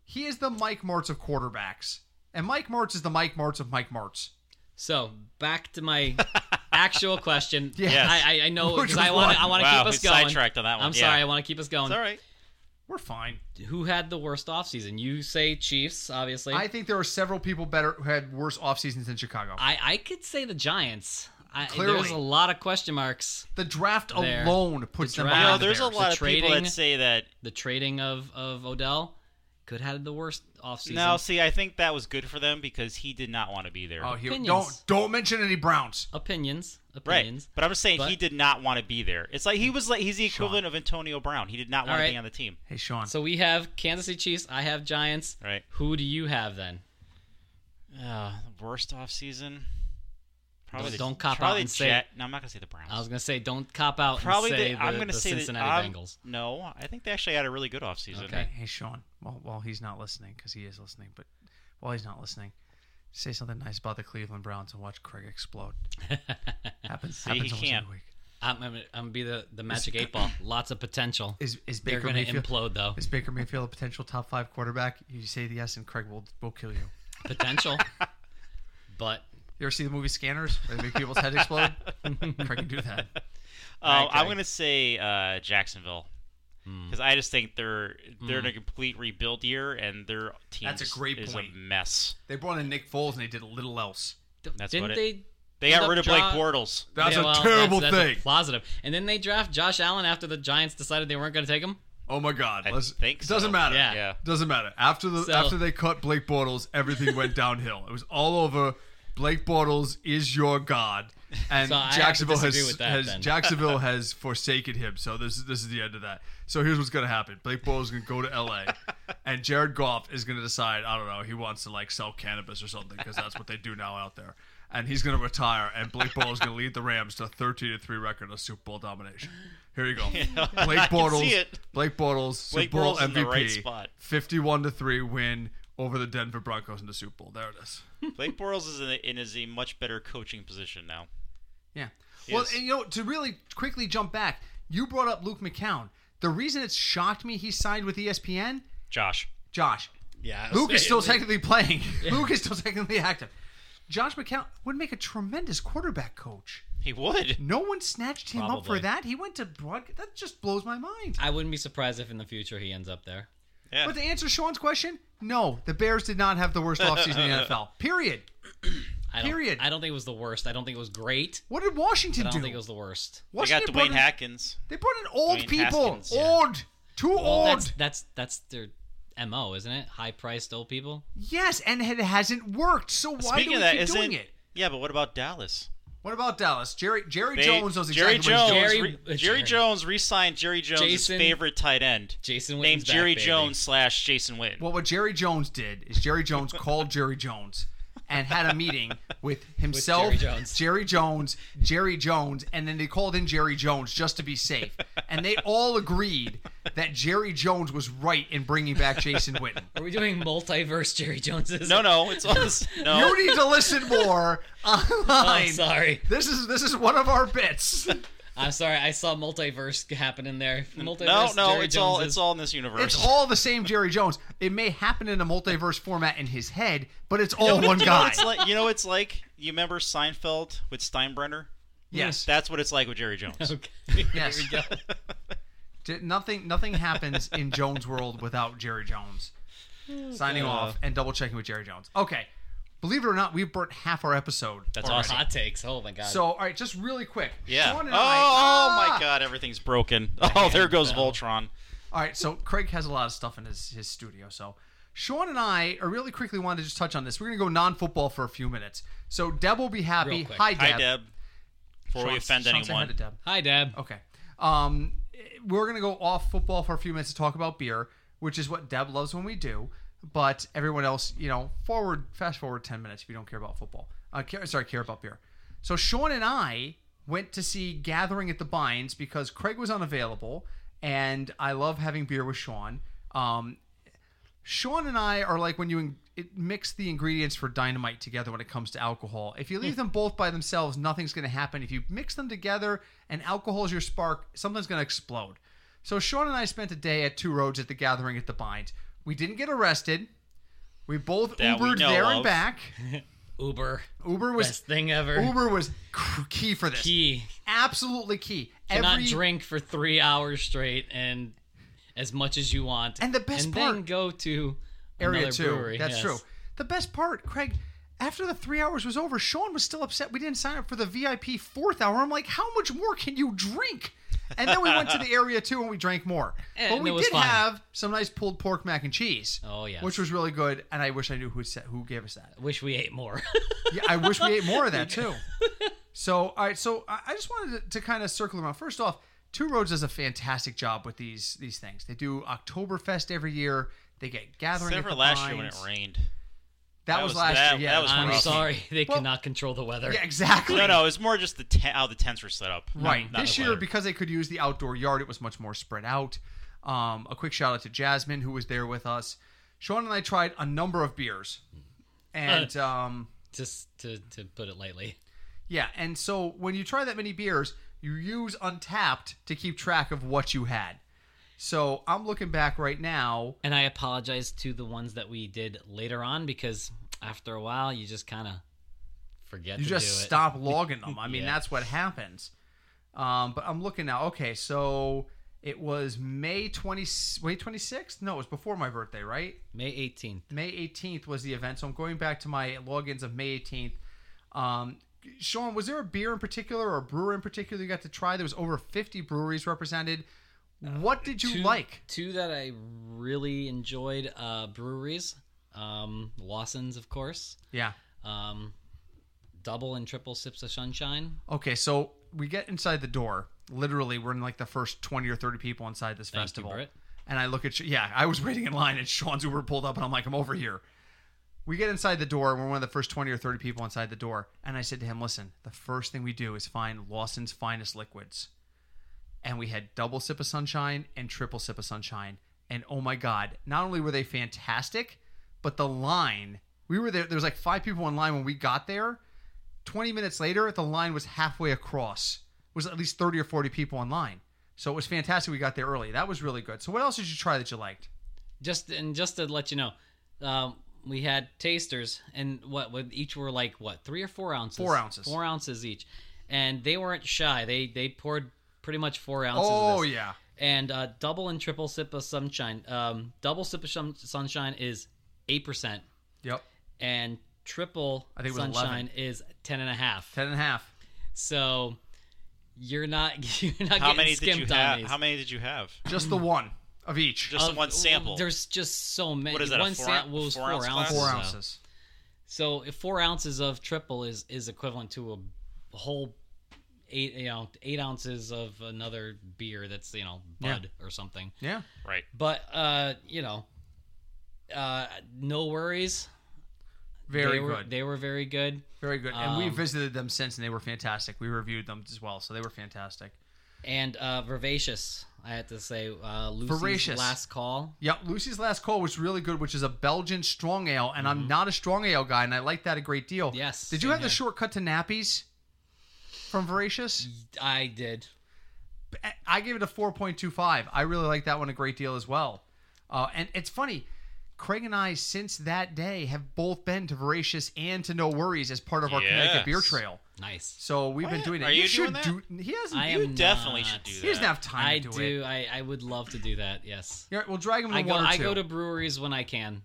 [SPEAKER 2] He is the Mike Martz of quarterbacks, and Mike Martz is the Mike Martz of Mike Martz.
[SPEAKER 3] So back to my actual question.
[SPEAKER 2] Yes.
[SPEAKER 3] I, I, I know
[SPEAKER 2] Which
[SPEAKER 3] because I
[SPEAKER 2] was
[SPEAKER 3] want
[SPEAKER 2] one.
[SPEAKER 3] to. I want to
[SPEAKER 1] Wow,
[SPEAKER 3] keep
[SPEAKER 1] we
[SPEAKER 3] us going.
[SPEAKER 1] sidetracked on that one.
[SPEAKER 3] I'm
[SPEAKER 1] Yeah.
[SPEAKER 3] sorry. I want to keep us going.
[SPEAKER 1] It's all right.
[SPEAKER 2] We're fine.
[SPEAKER 3] Who had the worst offseason? You say Chiefs, obviously.
[SPEAKER 2] I think there are several people better who had worse off seasons than Chicago.
[SPEAKER 3] I, I could say the Giants. I,
[SPEAKER 2] Clearly.
[SPEAKER 3] there's a lot of question marks.
[SPEAKER 2] the draft
[SPEAKER 3] There.
[SPEAKER 2] alone puts
[SPEAKER 1] You
[SPEAKER 2] them
[SPEAKER 3] draft-
[SPEAKER 2] behind
[SPEAKER 1] know,
[SPEAKER 3] Ah,
[SPEAKER 2] the
[SPEAKER 1] there's a
[SPEAKER 2] Bears.
[SPEAKER 1] lot
[SPEAKER 3] The
[SPEAKER 1] of people
[SPEAKER 3] trading-
[SPEAKER 1] that say that.
[SPEAKER 3] The trading of of Odell could have had the worst offseason.
[SPEAKER 1] Now, see, I think that was good for them because he did not want to be there.
[SPEAKER 2] Oh, here,
[SPEAKER 3] Opinions.
[SPEAKER 2] don't don't mention any Browns.
[SPEAKER 3] opinions,
[SPEAKER 1] right.
[SPEAKER 3] opinions.
[SPEAKER 1] But I'm just saying
[SPEAKER 3] But-
[SPEAKER 1] he did not want to be there. It's like he was like he's the equivalent of Antonio Brown. He did not want
[SPEAKER 3] All
[SPEAKER 1] to
[SPEAKER 3] right.
[SPEAKER 1] be on the team.
[SPEAKER 2] Hey, Sean.
[SPEAKER 3] So we have Kansas City Chiefs. I have Giants.
[SPEAKER 1] Right.
[SPEAKER 3] Who do you have then?
[SPEAKER 1] Uh, worst off season. Probably
[SPEAKER 3] Don't-
[SPEAKER 1] the-
[SPEAKER 3] don't cop
[SPEAKER 1] probably
[SPEAKER 3] out and say-
[SPEAKER 1] Jet. No, I'm not gonna say the Browns.
[SPEAKER 3] I was gonna say don't cop out.
[SPEAKER 1] probably
[SPEAKER 3] and say
[SPEAKER 1] the, I'm
[SPEAKER 3] the-
[SPEAKER 1] gonna
[SPEAKER 3] the
[SPEAKER 1] say the-
[SPEAKER 3] Cincinnati
[SPEAKER 1] um,
[SPEAKER 3] Bengals.
[SPEAKER 1] No, I think they actually had a really good offseason.
[SPEAKER 3] Okay.
[SPEAKER 2] Hey, Sean. While while he's not listening, because he is listening, but while he's not listening, say something nice about the Cleveland Browns and watch Craig explode. happens.
[SPEAKER 1] See,
[SPEAKER 2] happens
[SPEAKER 1] he
[SPEAKER 2] almost
[SPEAKER 1] can't.
[SPEAKER 2] every week.
[SPEAKER 3] I'm, I'm, I'm gonna be the, the magic eight ball. Lots of potential.
[SPEAKER 2] Is is
[SPEAKER 3] They're
[SPEAKER 2] Baker
[SPEAKER 3] gonna
[SPEAKER 2] Mayfield
[SPEAKER 3] implode though.
[SPEAKER 2] is Baker Mayfield a potential top five quarterback? You say yes, and Craig will will kill you.
[SPEAKER 3] Potential. but
[SPEAKER 2] You ever see the movie Scanners? Where they make people's heads explode. Craig can do that.
[SPEAKER 1] Uh,
[SPEAKER 3] Right,
[SPEAKER 1] I'm
[SPEAKER 3] Craig.
[SPEAKER 1] gonna say uh, Jacksonville
[SPEAKER 2] Hmm.
[SPEAKER 1] because I just think they're they're in a complete rebuild year and their team
[SPEAKER 2] That's a great
[SPEAKER 1] is
[SPEAKER 2] point.
[SPEAKER 1] a mess.
[SPEAKER 2] They brought in Nick Foles and they did little else.
[SPEAKER 3] d-
[SPEAKER 1] That's
[SPEAKER 3] didn't
[SPEAKER 1] what it-
[SPEAKER 3] they
[SPEAKER 1] They got
[SPEAKER 3] End
[SPEAKER 1] rid of
[SPEAKER 3] up
[SPEAKER 1] Blake
[SPEAKER 3] draw-
[SPEAKER 1] Bortles.
[SPEAKER 2] That's
[SPEAKER 3] Yeah,
[SPEAKER 2] a
[SPEAKER 3] well,
[SPEAKER 2] terrible
[SPEAKER 3] that's, that's a
[SPEAKER 2] thing.
[SPEAKER 3] positive. And then they draft Josh Allen after the Giants decided they weren't going to take him.
[SPEAKER 2] oh my God!
[SPEAKER 1] I
[SPEAKER 2] Let's-
[SPEAKER 1] think
[SPEAKER 2] it doesn't
[SPEAKER 1] so.
[SPEAKER 2] matter.
[SPEAKER 3] Yeah.
[SPEAKER 1] Yeah.
[SPEAKER 2] Doesn't matter. After the
[SPEAKER 3] So-
[SPEAKER 2] after they cut Blake Bortles, everything went downhill. It was all over. Blake Bortles is your god, and
[SPEAKER 3] So I have to
[SPEAKER 2] Jacksonville
[SPEAKER 3] disagree
[SPEAKER 2] has,
[SPEAKER 3] with that,
[SPEAKER 2] has
[SPEAKER 3] then.
[SPEAKER 2] Jacksonville has forsaken him. So this is this is the end of that. So here's what's gonna happen: Blake Bortles is gonna go to L.A. and Jared Goff is gonna decide. I don't know. He wants to like sell cannabis or something because that's what they do now out there. And he's gonna retire, and Blake Bortles is gonna lead the Rams to a 13 to three record of Super Bowl domination. Here you go, Blake
[SPEAKER 1] I can
[SPEAKER 2] Bortles.
[SPEAKER 1] see it.
[SPEAKER 2] Blake Bortles, Super
[SPEAKER 1] Blake
[SPEAKER 2] Bowl
[SPEAKER 1] Bortles in
[SPEAKER 2] MVP,
[SPEAKER 1] the right spot.
[SPEAKER 2] 51 to 3 win over the Denver Broncos in the Super Bowl. There it is.
[SPEAKER 1] Blake Bortles is in a, in is a much better coaching position now.
[SPEAKER 2] Yeah. Well,
[SPEAKER 1] Yes.
[SPEAKER 2] and you know, to really quickly jump back, you brought up Luke McCown. The reason it's shocked me he signed with E ESPN,
[SPEAKER 1] Josh.
[SPEAKER 2] Josh.
[SPEAKER 3] Yeah.
[SPEAKER 2] Luke is still technically playing. Luke is still technically active. Josh McCown would make a tremendous quarterback coach.
[SPEAKER 1] He would.
[SPEAKER 2] No one snatched him up for
[SPEAKER 3] Probably.
[SPEAKER 2] that. He went to broad. That just blows my mind.
[SPEAKER 3] I wouldn't be surprised if in the future he ends up there.
[SPEAKER 1] Yeah.
[SPEAKER 2] But to answer Sean's question, no, the Bears did not have the worst offseason in the NFL. Period.
[SPEAKER 3] I don't,
[SPEAKER 2] Period.
[SPEAKER 3] I don't think it was the worst. I don't think it was great.
[SPEAKER 2] What did Washington
[SPEAKER 3] But I
[SPEAKER 2] do?
[SPEAKER 3] don't think it was the worst.
[SPEAKER 1] they got
[SPEAKER 2] Washington
[SPEAKER 1] Dwayne
[SPEAKER 2] brought in-
[SPEAKER 1] Hackins.
[SPEAKER 2] They brought in old
[SPEAKER 1] Dwayne
[SPEAKER 2] people.
[SPEAKER 1] Haskins, yeah.
[SPEAKER 2] Old. Too
[SPEAKER 3] Well,
[SPEAKER 2] old.
[SPEAKER 3] that's that's that's their mo, isn't it? High priced old people.
[SPEAKER 2] Yes, and it hasn't worked. So why do we
[SPEAKER 1] of that,
[SPEAKER 2] keep
[SPEAKER 1] isn't
[SPEAKER 2] doing it?
[SPEAKER 1] yeah, but what about Dallas?
[SPEAKER 2] What about Dallas? Jerry Jerry
[SPEAKER 1] They-
[SPEAKER 2] Jones knows
[SPEAKER 1] Jerry
[SPEAKER 2] exactly
[SPEAKER 1] Jones.
[SPEAKER 2] what he's doing.
[SPEAKER 3] Jerry-
[SPEAKER 1] re- Jerry, Jones re-signed Jerry Jones'
[SPEAKER 3] Jason-
[SPEAKER 1] favorite tight end,
[SPEAKER 3] Jason
[SPEAKER 1] named
[SPEAKER 3] Witten's back,
[SPEAKER 1] Jerry
[SPEAKER 3] baby.
[SPEAKER 1] Jones slash Jason Witten.
[SPEAKER 2] Well, what Jerry Jones did is Jerry Jones called Jerry Jones and had a meeting with himself,
[SPEAKER 3] Jerry Jones.
[SPEAKER 2] Jerry Jones, Jerry Jones, and then they called in Jerry Jones just to be safe. And they all agreed that Jerry Jones was right in bringing back Jason Witten.
[SPEAKER 3] Are we doing multiverse Jerry Joneses?
[SPEAKER 1] No, no, it's all this. No, Oh,
[SPEAKER 2] You need to listen more
[SPEAKER 3] I'm
[SPEAKER 2] online.
[SPEAKER 3] Oh, sorry.
[SPEAKER 2] This is this is one of our bits.
[SPEAKER 3] I'm sorry. I saw multiverse happen in there.
[SPEAKER 1] no,
[SPEAKER 3] Multiverse
[SPEAKER 1] no,
[SPEAKER 3] Jerry
[SPEAKER 1] it's all
[SPEAKER 3] Joneses.
[SPEAKER 1] it's all in this universe.
[SPEAKER 2] It's all the same Jerry Jones. It may happen in a multiverse format in his head, but it's all one
[SPEAKER 1] You know what
[SPEAKER 2] guy.
[SPEAKER 1] it's like you know what it's like. You remember Seinfeld with Steinbrenner?
[SPEAKER 2] yes.
[SPEAKER 1] That's what it's like with Jerry Jones.
[SPEAKER 3] Okay.
[SPEAKER 2] Yes.
[SPEAKER 3] There we go.
[SPEAKER 2] D- nothing nothing happens in Jones world without Jerry Jones. Signing off and double checking with Jerry Jones. Okay. Believe it or not, we've burnt half our episode.
[SPEAKER 1] That's
[SPEAKER 2] already.
[SPEAKER 1] awesome.
[SPEAKER 3] Hot takes. Oh my god.
[SPEAKER 2] So, all right, just really quick.
[SPEAKER 1] Yeah. Oh,
[SPEAKER 2] Sean and I-
[SPEAKER 1] oh my
[SPEAKER 2] Ah!
[SPEAKER 1] God, everything's broken. Oh, there goes Voltron.
[SPEAKER 2] All right, so Craig has a lot of stuff in his, his studio. So Sean and I are really quickly wanted to just touch on this. We're going to go non football for a few minutes. So Deb will be happy.
[SPEAKER 3] Real quick.
[SPEAKER 2] Hi, Deb.
[SPEAKER 1] Hi, Deb. Before
[SPEAKER 2] Sean-
[SPEAKER 1] we offend
[SPEAKER 2] Sean, say hi
[SPEAKER 1] anyone,
[SPEAKER 2] to Deb.
[SPEAKER 3] hi, Deb.
[SPEAKER 2] Okay. Um, we're gonna go off football for a few minutes to talk about beer, which is what Deb loves when we do. But everyone else, you know, forward, fast forward ten minutes if you don't care about football. Uh, care, sorry, care about beer. So Sean and I went to see Gathering at the Binds because Craig was unavailable, and I love having beer with Sean. Um, Sean and I are like when you in- it, mix the ingredients for dynamite together when it comes to alcohol. If you
[SPEAKER 3] Hmm.
[SPEAKER 2] leave them both by themselves, nothing's going to happen. If you mix them together and alcohol is your spark, something's going to explode. So Sean and I spent a day at Two Roads at the Gathering at the Bind. We didn't get arrested. We both
[SPEAKER 1] That we
[SPEAKER 2] Ubered
[SPEAKER 1] know
[SPEAKER 2] there
[SPEAKER 1] of.
[SPEAKER 2] and back.
[SPEAKER 3] Uber.
[SPEAKER 2] Uber was
[SPEAKER 3] Best thing ever.
[SPEAKER 2] Uber was cr- key for this.
[SPEAKER 3] Key.
[SPEAKER 2] Absolutely key.
[SPEAKER 3] Cannot
[SPEAKER 2] Every
[SPEAKER 3] drink for three hours straight and as much as you want.
[SPEAKER 2] And the best
[SPEAKER 3] and then
[SPEAKER 2] part-
[SPEAKER 3] go to
[SPEAKER 2] area
[SPEAKER 3] another
[SPEAKER 2] too.
[SPEAKER 3] brewery.
[SPEAKER 2] That's
[SPEAKER 3] Yes.
[SPEAKER 2] true. The best part, Craig, after the three hours was over, Sean was still upset we didn't sign up for the VIP fourth hour. I'm like, how much more can you drink? And then we went to the area too and we drank more.
[SPEAKER 3] And
[SPEAKER 2] but we
[SPEAKER 3] it was
[SPEAKER 2] did
[SPEAKER 3] fine.
[SPEAKER 2] have some nice pulled pork mac and cheese.
[SPEAKER 3] Oh, yes.
[SPEAKER 2] Which was really good, and I wish I knew who said, who gave us that.
[SPEAKER 3] Wish we ate more.
[SPEAKER 2] Yeah, I wish we ate more of that too. So, all right. So, I I just wanted to, to kind of circle around. First off, Two Roads does a fantastic job with these these things. They do Oktoberfest every year. They get gathering.
[SPEAKER 1] except
[SPEAKER 2] at
[SPEAKER 1] for
[SPEAKER 2] the
[SPEAKER 1] last year when it
[SPEAKER 2] Pines.
[SPEAKER 1] rained.
[SPEAKER 2] That,
[SPEAKER 1] That
[SPEAKER 2] was
[SPEAKER 1] was-
[SPEAKER 2] last
[SPEAKER 1] that-
[SPEAKER 2] year. Yeah,
[SPEAKER 1] that was
[SPEAKER 3] I'm
[SPEAKER 1] rough.
[SPEAKER 3] sorry. They
[SPEAKER 2] Well-
[SPEAKER 3] cannot control the weather.
[SPEAKER 2] Yeah, exactly.
[SPEAKER 1] No, no, it's more just the te- how the tents were set up.
[SPEAKER 2] Right.
[SPEAKER 1] Not
[SPEAKER 2] this
[SPEAKER 1] the
[SPEAKER 2] year,
[SPEAKER 1] weather.
[SPEAKER 2] because they could use the outdoor yard, it was much more spread out. Um, a quick shout out to Jasmine, who was there with us. Sean and I tried a number of beers. And um,
[SPEAKER 3] Just to, to put it lightly.
[SPEAKER 2] yeah, and so when you try that many beers, you use Untapped to keep track of what you had. So I'm looking back right now.
[SPEAKER 3] And I apologize to the ones that we did later on because after a while you just kind of forget
[SPEAKER 2] You
[SPEAKER 3] to
[SPEAKER 2] just
[SPEAKER 3] do it.
[SPEAKER 2] stop logging them. I mean,
[SPEAKER 3] Yeah.
[SPEAKER 2] that's what happens. Um, but I'm looking now. Okay, so it was May 20, May 26th? No, it was before my birthday, right?
[SPEAKER 3] May 18th.
[SPEAKER 2] May 18th was the event. So I'm going back to my logins of May 18th. Um, Sean, was there a beer in particular or a brewer in particular you got to try? There was over 50 breweries represented. What did you
[SPEAKER 3] two,
[SPEAKER 2] like?
[SPEAKER 3] Two that I really enjoyed uh, breweries. Um, Lawson's, of course.
[SPEAKER 2] Yeah.
[SPEAKER 3] Um, double and triple sips of sunshine.
[SPEAKER 2] Okay, so we get inside the door. Literally, we're in like the first 20 or 30 people inside this
[SPEAKER 3] Thank
[SPEAKER 2] festival.
[SPEAKER 3] you, Britt.
[SPEAKER 2] And I look at, yeah, I was waiting in line and Sean's Uber pulled up and I'm like, I'm over here. We get inside the door and we're one of the first 20 or 30 people inside the door. And I said to him, listen, the first thing we do is find Lawson's finest liquids. And we had double sip of sunshine and triple sip of sunshine. And oh my God, not only were they fantastic, but the line, we were there, there was like five people in line when we got there. 20 minutes later, the line was halfway across. It was at least 30 or 40 people online. So it was fantastic we got there early. That was really good. So what else did you try that you liked?
[SPEAKER 3] Just and just to let you know, um, we had tasters, and what with each were like what three or four ounces.
[SPEAKER 2] Four ounces.
[SPEAKER 3] Four ounces each, and they weren't shy. They they poured pretty much four ounces. of
[SPEAKER 2] Oh
[SPEAKER 3] this.
[SPEAKER 2] yeah.
[SPEAKER 3] and uh, double and triple sip of sunshine. Um, double sip of shun- sunshine is eight percent,
[SPEAKER 2] Yep.
[SPEAKER 3] and triple
[SPEAKER 2] I think it was
[SPEAKER 3] sunshine is ten and a half.
[SPEAKER 2] Ten and a half.
[SPEAKER 3] So you're not you're not
[SPEAKER 1] How
[SPEAKER 3] getting
[SPEAKER 1] many did
[SPEAKER 3] skimped
[SPEAKER 1] you
[SPEAKER 3] on
[SPEAKER 1] have?
[SPEAKER 3] these.
[SPEAKER 1] How many did you have?
[SPEAKER 2] Just the one of each.
[SPEAKER 1] Just
[SPEAKER 3] Of-
[SPEAKER 1] one sample.
[SPEAKER 3] There's just so many.
[SPEAKER 1] What is that, a
[SPEAKER 3] One
[SPEAKER 1] four-
[SPEAKER 3] sam- well, it was
[SPEAKER 1] four ounce glass?
[SPEAKER 2] Four
[SPEAKER 3] so-
[SPEAKER 2] ounces.
[SPEAKER 3] So if four ounces of triple is is equivalent to a whole eight you know eight ounces of another beer that's you know
[SPEAKER 2] Yeah.
[SPEAKER 3] bud or something.
[SPEAKER 2] Yeah.
[SPEAKER 1] right.
[SPEAKER 3] But uh, you know, uh, no worries.
[SPEAKER 2] Very
[SPEAKER 3] they were,
[SPEAKER 2] good.
[SPEAKER 3] They were very good.
[SPEAKER 2] Very good. And we
[SPEAKER 3] Um,
[SPEAKER 2] visited them since, and they were fantastic. We reviewed them as well, so they were fantastic.
[SPEAKER 3] And uh, vivacious, I had to say. Uh, Lucy's
[SPEAKER 2] Voracious.
[SPEAKER 3] last call.
[SPEAKER 2] Yeah, Lucy's Last Call was really good, which is a Belgian strong ale, and I'm not a strong ale guy, and I like that a great deal.
[SPEAKER 3] Mm-hmm. Yes,
[SPEAKER 2] Did you
[SPEAKER 3] same
[SPEAKER 2] have the
[SPEAKER 3] here.
[SPEAKER 2] shortcut to nappies from Voracious?
[SPEAKER 3] I did.
[SPEAKER 2] I gave it a 4.25. I really like that one a great deal as well. Uh, and it's funny, Craig and I, since that day, have both been to Voracious and to No Worries as part of our Connecticut
[SPEAKER 1] Yes.
[SPEAKER 2] Beer Trail.
[SPEAKER 3] Nice.
[SPEAKER 2] So we've been
[SPEAKER 1] What?
[SPEAKER 2] doing it.
[SPEAKER 1] Are you
[SPEAKER 2] should
[SPEAKER 1] doing
[SPEAKER 2] do. He hasn't.
[SPEAKER 3] I
[SPEAKER 2] you-
[SPEAKER 1] You
[SPEAKER 3] am
[SPEAKER 1] definitely
[SPEAKER 3] not-
[SPEAKER 1] should do
[SPEAKER 2] he doesn't
[SPEAKER 1] that.
[SPEAKER 2] have time
[SPEAKER 3] I
[SPEAKER 2] to do, it.
[SPEAKER 3] do. I, I would love to do that. Yes.
[SPEAKER 2] All right, we'll drag him to
[SPEAKER 3] I go.
[SPEAKER 2] one or
[SPEAKER 3] I
[SPEAKER 2] two.
[SPEAKER 3] go to breweries when I can.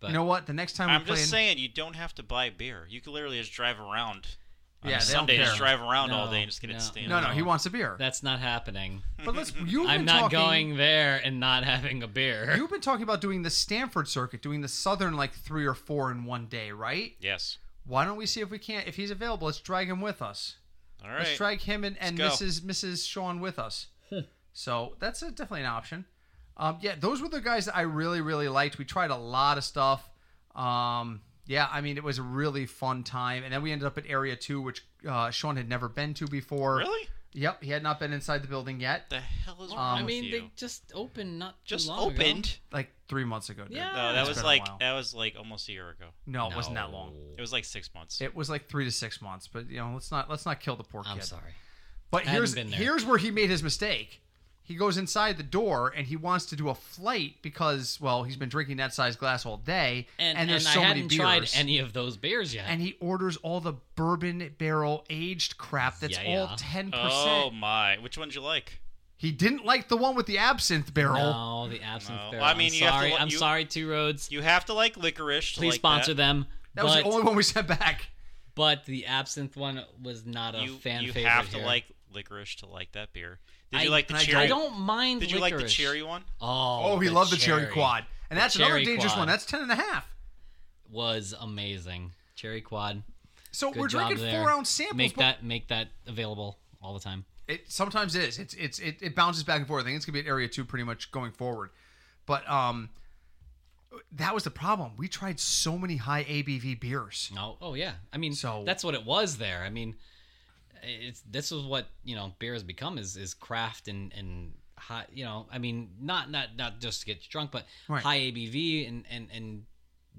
[SPEAKER 3] But
[SPEAKER 2] you know what? The next time
[SPEAKER 1] I'm
[SPEAKER 2] we play,
[SPEAKER 1] just
[SPEAKER 2] in-
[SPEAKER 1] saying you don't have to buy beer. You can literally just drive around. On
[SPEAKER 2] Yeah,
[SPEAKER 1] a
[SPEAKER 2] they don't
[SPEAKER 1] Sunday, just
[SPEAKER 2] care.
[SPEAKER 1] drive around all
[SPEAKER 3] No,
[SPEAKER 1] day and just get
[SPEAKER 3] no.
[SPEAKER 1] it stained.
[SPEAKER 2] no, no, he wants a beer.
[SPEAKER 3] that's not happening.
[SPEAKER 2] But let's. You've
[SPEAKER 3] I'm
[SPEAKER 2] been
[SPEAKER 3] not
[SPEAKER 2] talking,
[SPEAKER 3] going there and not having a beer.
[SPEAKER 1] um,
[SPEAKER 2] You've been talking about doing the Stanford circuit, doing the Southern like three or four in one day, right?
[SPEAKER 1] Yes.
[SPEAKER 2] Why don't we see if we can't? If he's available, let's drag him with us.
[SPEAKER 1] All right.
[SPEAKER 2] Let's drag him and, and
[SPEAKER 1] Let's go.
[SPEAKER 2] Mrs. Mrs. Sean with us.
[SPEAKER 3] Hmm.
[SPEAKER 2] so that's a, definitely an option. Um, yeah, those were the guys that I really really liked. We tried a lot of stuff. Um, yeah, I mean it was a really fun time, and then we ended up at Area Two, which uh, Sean had never been to before.
[SPEAKER 1] Really?
[SPEAKER 2] Yep, he had not been inside the building yet.
[SPEAKER 1] The hell
[SPEAKER 2] Um,
[SPEAKER 1] is wrong
[SPEAKER 3] I
[SPEAKER 1] with
[SPEAKER 3] mean,
[SPEAKER 1] you?
[SPEAKER 3] they just opened not too
[SPEAKER 1] just
[SPEAKER 3] long ago.
[SPEAKER 1] opened.
[SPEAKER 2] Like three months ago. Dude.
[SPEAKER 3] Yeah.
[SPEAKER 1] No,
[SPEAKER 2] It's
[SPEAKER 1] that was
[SPEAKER 2] been a
[SPEAKER 1] like
[SPEAKER 2] while.
[SPEAKER 1] that was like almost a year ago.
[SPEAKER 2] no, it wasn't that
[SPEAKER 3] No.
[SPEAKER 2] long.
[SPEAKER 1] It was like six months.
[SPEAKER 2] It was like three to six months, but you know, let's not let's not kill the poor
[SPEAKER 3] I'm
[SPEAKER 2] kid.
[SPEAKER 3] sorry.
[SPEAKER 2] But
[SPEAKER 3] I haven't
[SPEAKER 2] here's
[SPEAKER 3] been there.
[SPEAKER 2] here's where he made his mistake. He goes inside the door and he wants to do a flight because well he's been drinking that size glass all day
[SPEAKER 3] And,
[SPEAKER 2] and,
[SPEAKER 3] and,
[SPEAKER 2] there's
[SPEAKER 3] I
[SPEAKER 2] so many
[SPEAKER 3] hadn't
[SPEAKER 2] beers
[SPEAKER 3] tried any of those beers yet.
[SPEAKER 2] and he orders all the bourbon barrel aged crap that's
[SPEAKER 3] Yeah, yeah.
[SPEAKER 2] all ten
[SPEAKER 1] oh
[SPEAKER 2] percent.
[SPEAKER 1] my! Which one did you like?
[SPEAKER 2] He didn't like the one with the absinthe barrel.
[SPEAKER 3] no, the absinthe
[SPEAKER 1] No.
[SPEAKER 3] barrel.
[SPEAKER 1] Well,
[SPEAKER 3] I
[SPEAKER 1] I mean,
[SPEAKER 3] am
[SPEAKER 1] you have to
[SPEAKER 3] sorry.
[SPEAKER 1] let-
[SPEAKER 3] I'm
[SPEAKER 1] you-
[SPEAKER 3] sorry, Two Roads.
[SPEAKER 1] You have to like licorice. To
[SPEAKER 3] Please
[SPEAKER 1] like
[SPEAKER 3] sponsor
[SPEAKER 1] that.
[SPEAKER 3] them.
[SPEAKER 2] That was
[SPEAKER 3] but,
[SPEAKER 2] the only one we sent back.
[SPEAKER 3] but the absinthe one was not a
[SPEAKER 1] You,
[SPEAKER 3] fan
[SPEAKER 1] you
[SPEAKER 3] favorite.
[SPEAKER 1] have to
[SPEAKER 3] here.
[SPEAKER 1] like licorice to like that beer. Did
[SPEAKER 3] I-
[SPEAKER 1] you like the
[SPEAKER 2] and I
[SPEAKER 1] cherry?
[SPEAKER 3] I don't mind.
[SPEAKER 1] Did you like the
[SPEAKER 3] licorice.
[SPEAKER 1] cherry one?
[SPEAKER 3] Oh,
[SPEAKER 2] Oh, he loved the cherry quad, and that's another
[SPEAKER 3] cherry
[SPEAKER 2] dangerous
[SPEAKER 3] quad.
[SPEAKER 2] one. That's ten and a half.
[SPEAKER 3] Was amazing. Cherry quad.
[SPEAKER 2] So
[SPEAKER 3] Good
[SPEAKER 2] we're
[SPEAKER 3] job
[SPEAKER 2] drinking
[SPEAKER 3] there.
[SPEAKER 2] four ounce samples.
[SPEAKER 3] Make
[SPEAKER 2] but
[SPEAKER 3] that make that available all the time.
[SPEAKER 2] It sometimes is. It's it's it, it bounces back and forth. I think it's gonna be at area two pretty much going forward. But um that was the problem. We tried so many high ABV beers.
[SPEAKER 3] No. Oh yeah. I mean,
[SPEAKER 2] So-
[SPEAKER 3] that's what it was there. I mean, it's this is what you know beer has become is is craft and and high. You know, I mean, not not not just to get drunk, but
[SPEAKER 2] Right.
[SPEAKER 3] high ABV and and and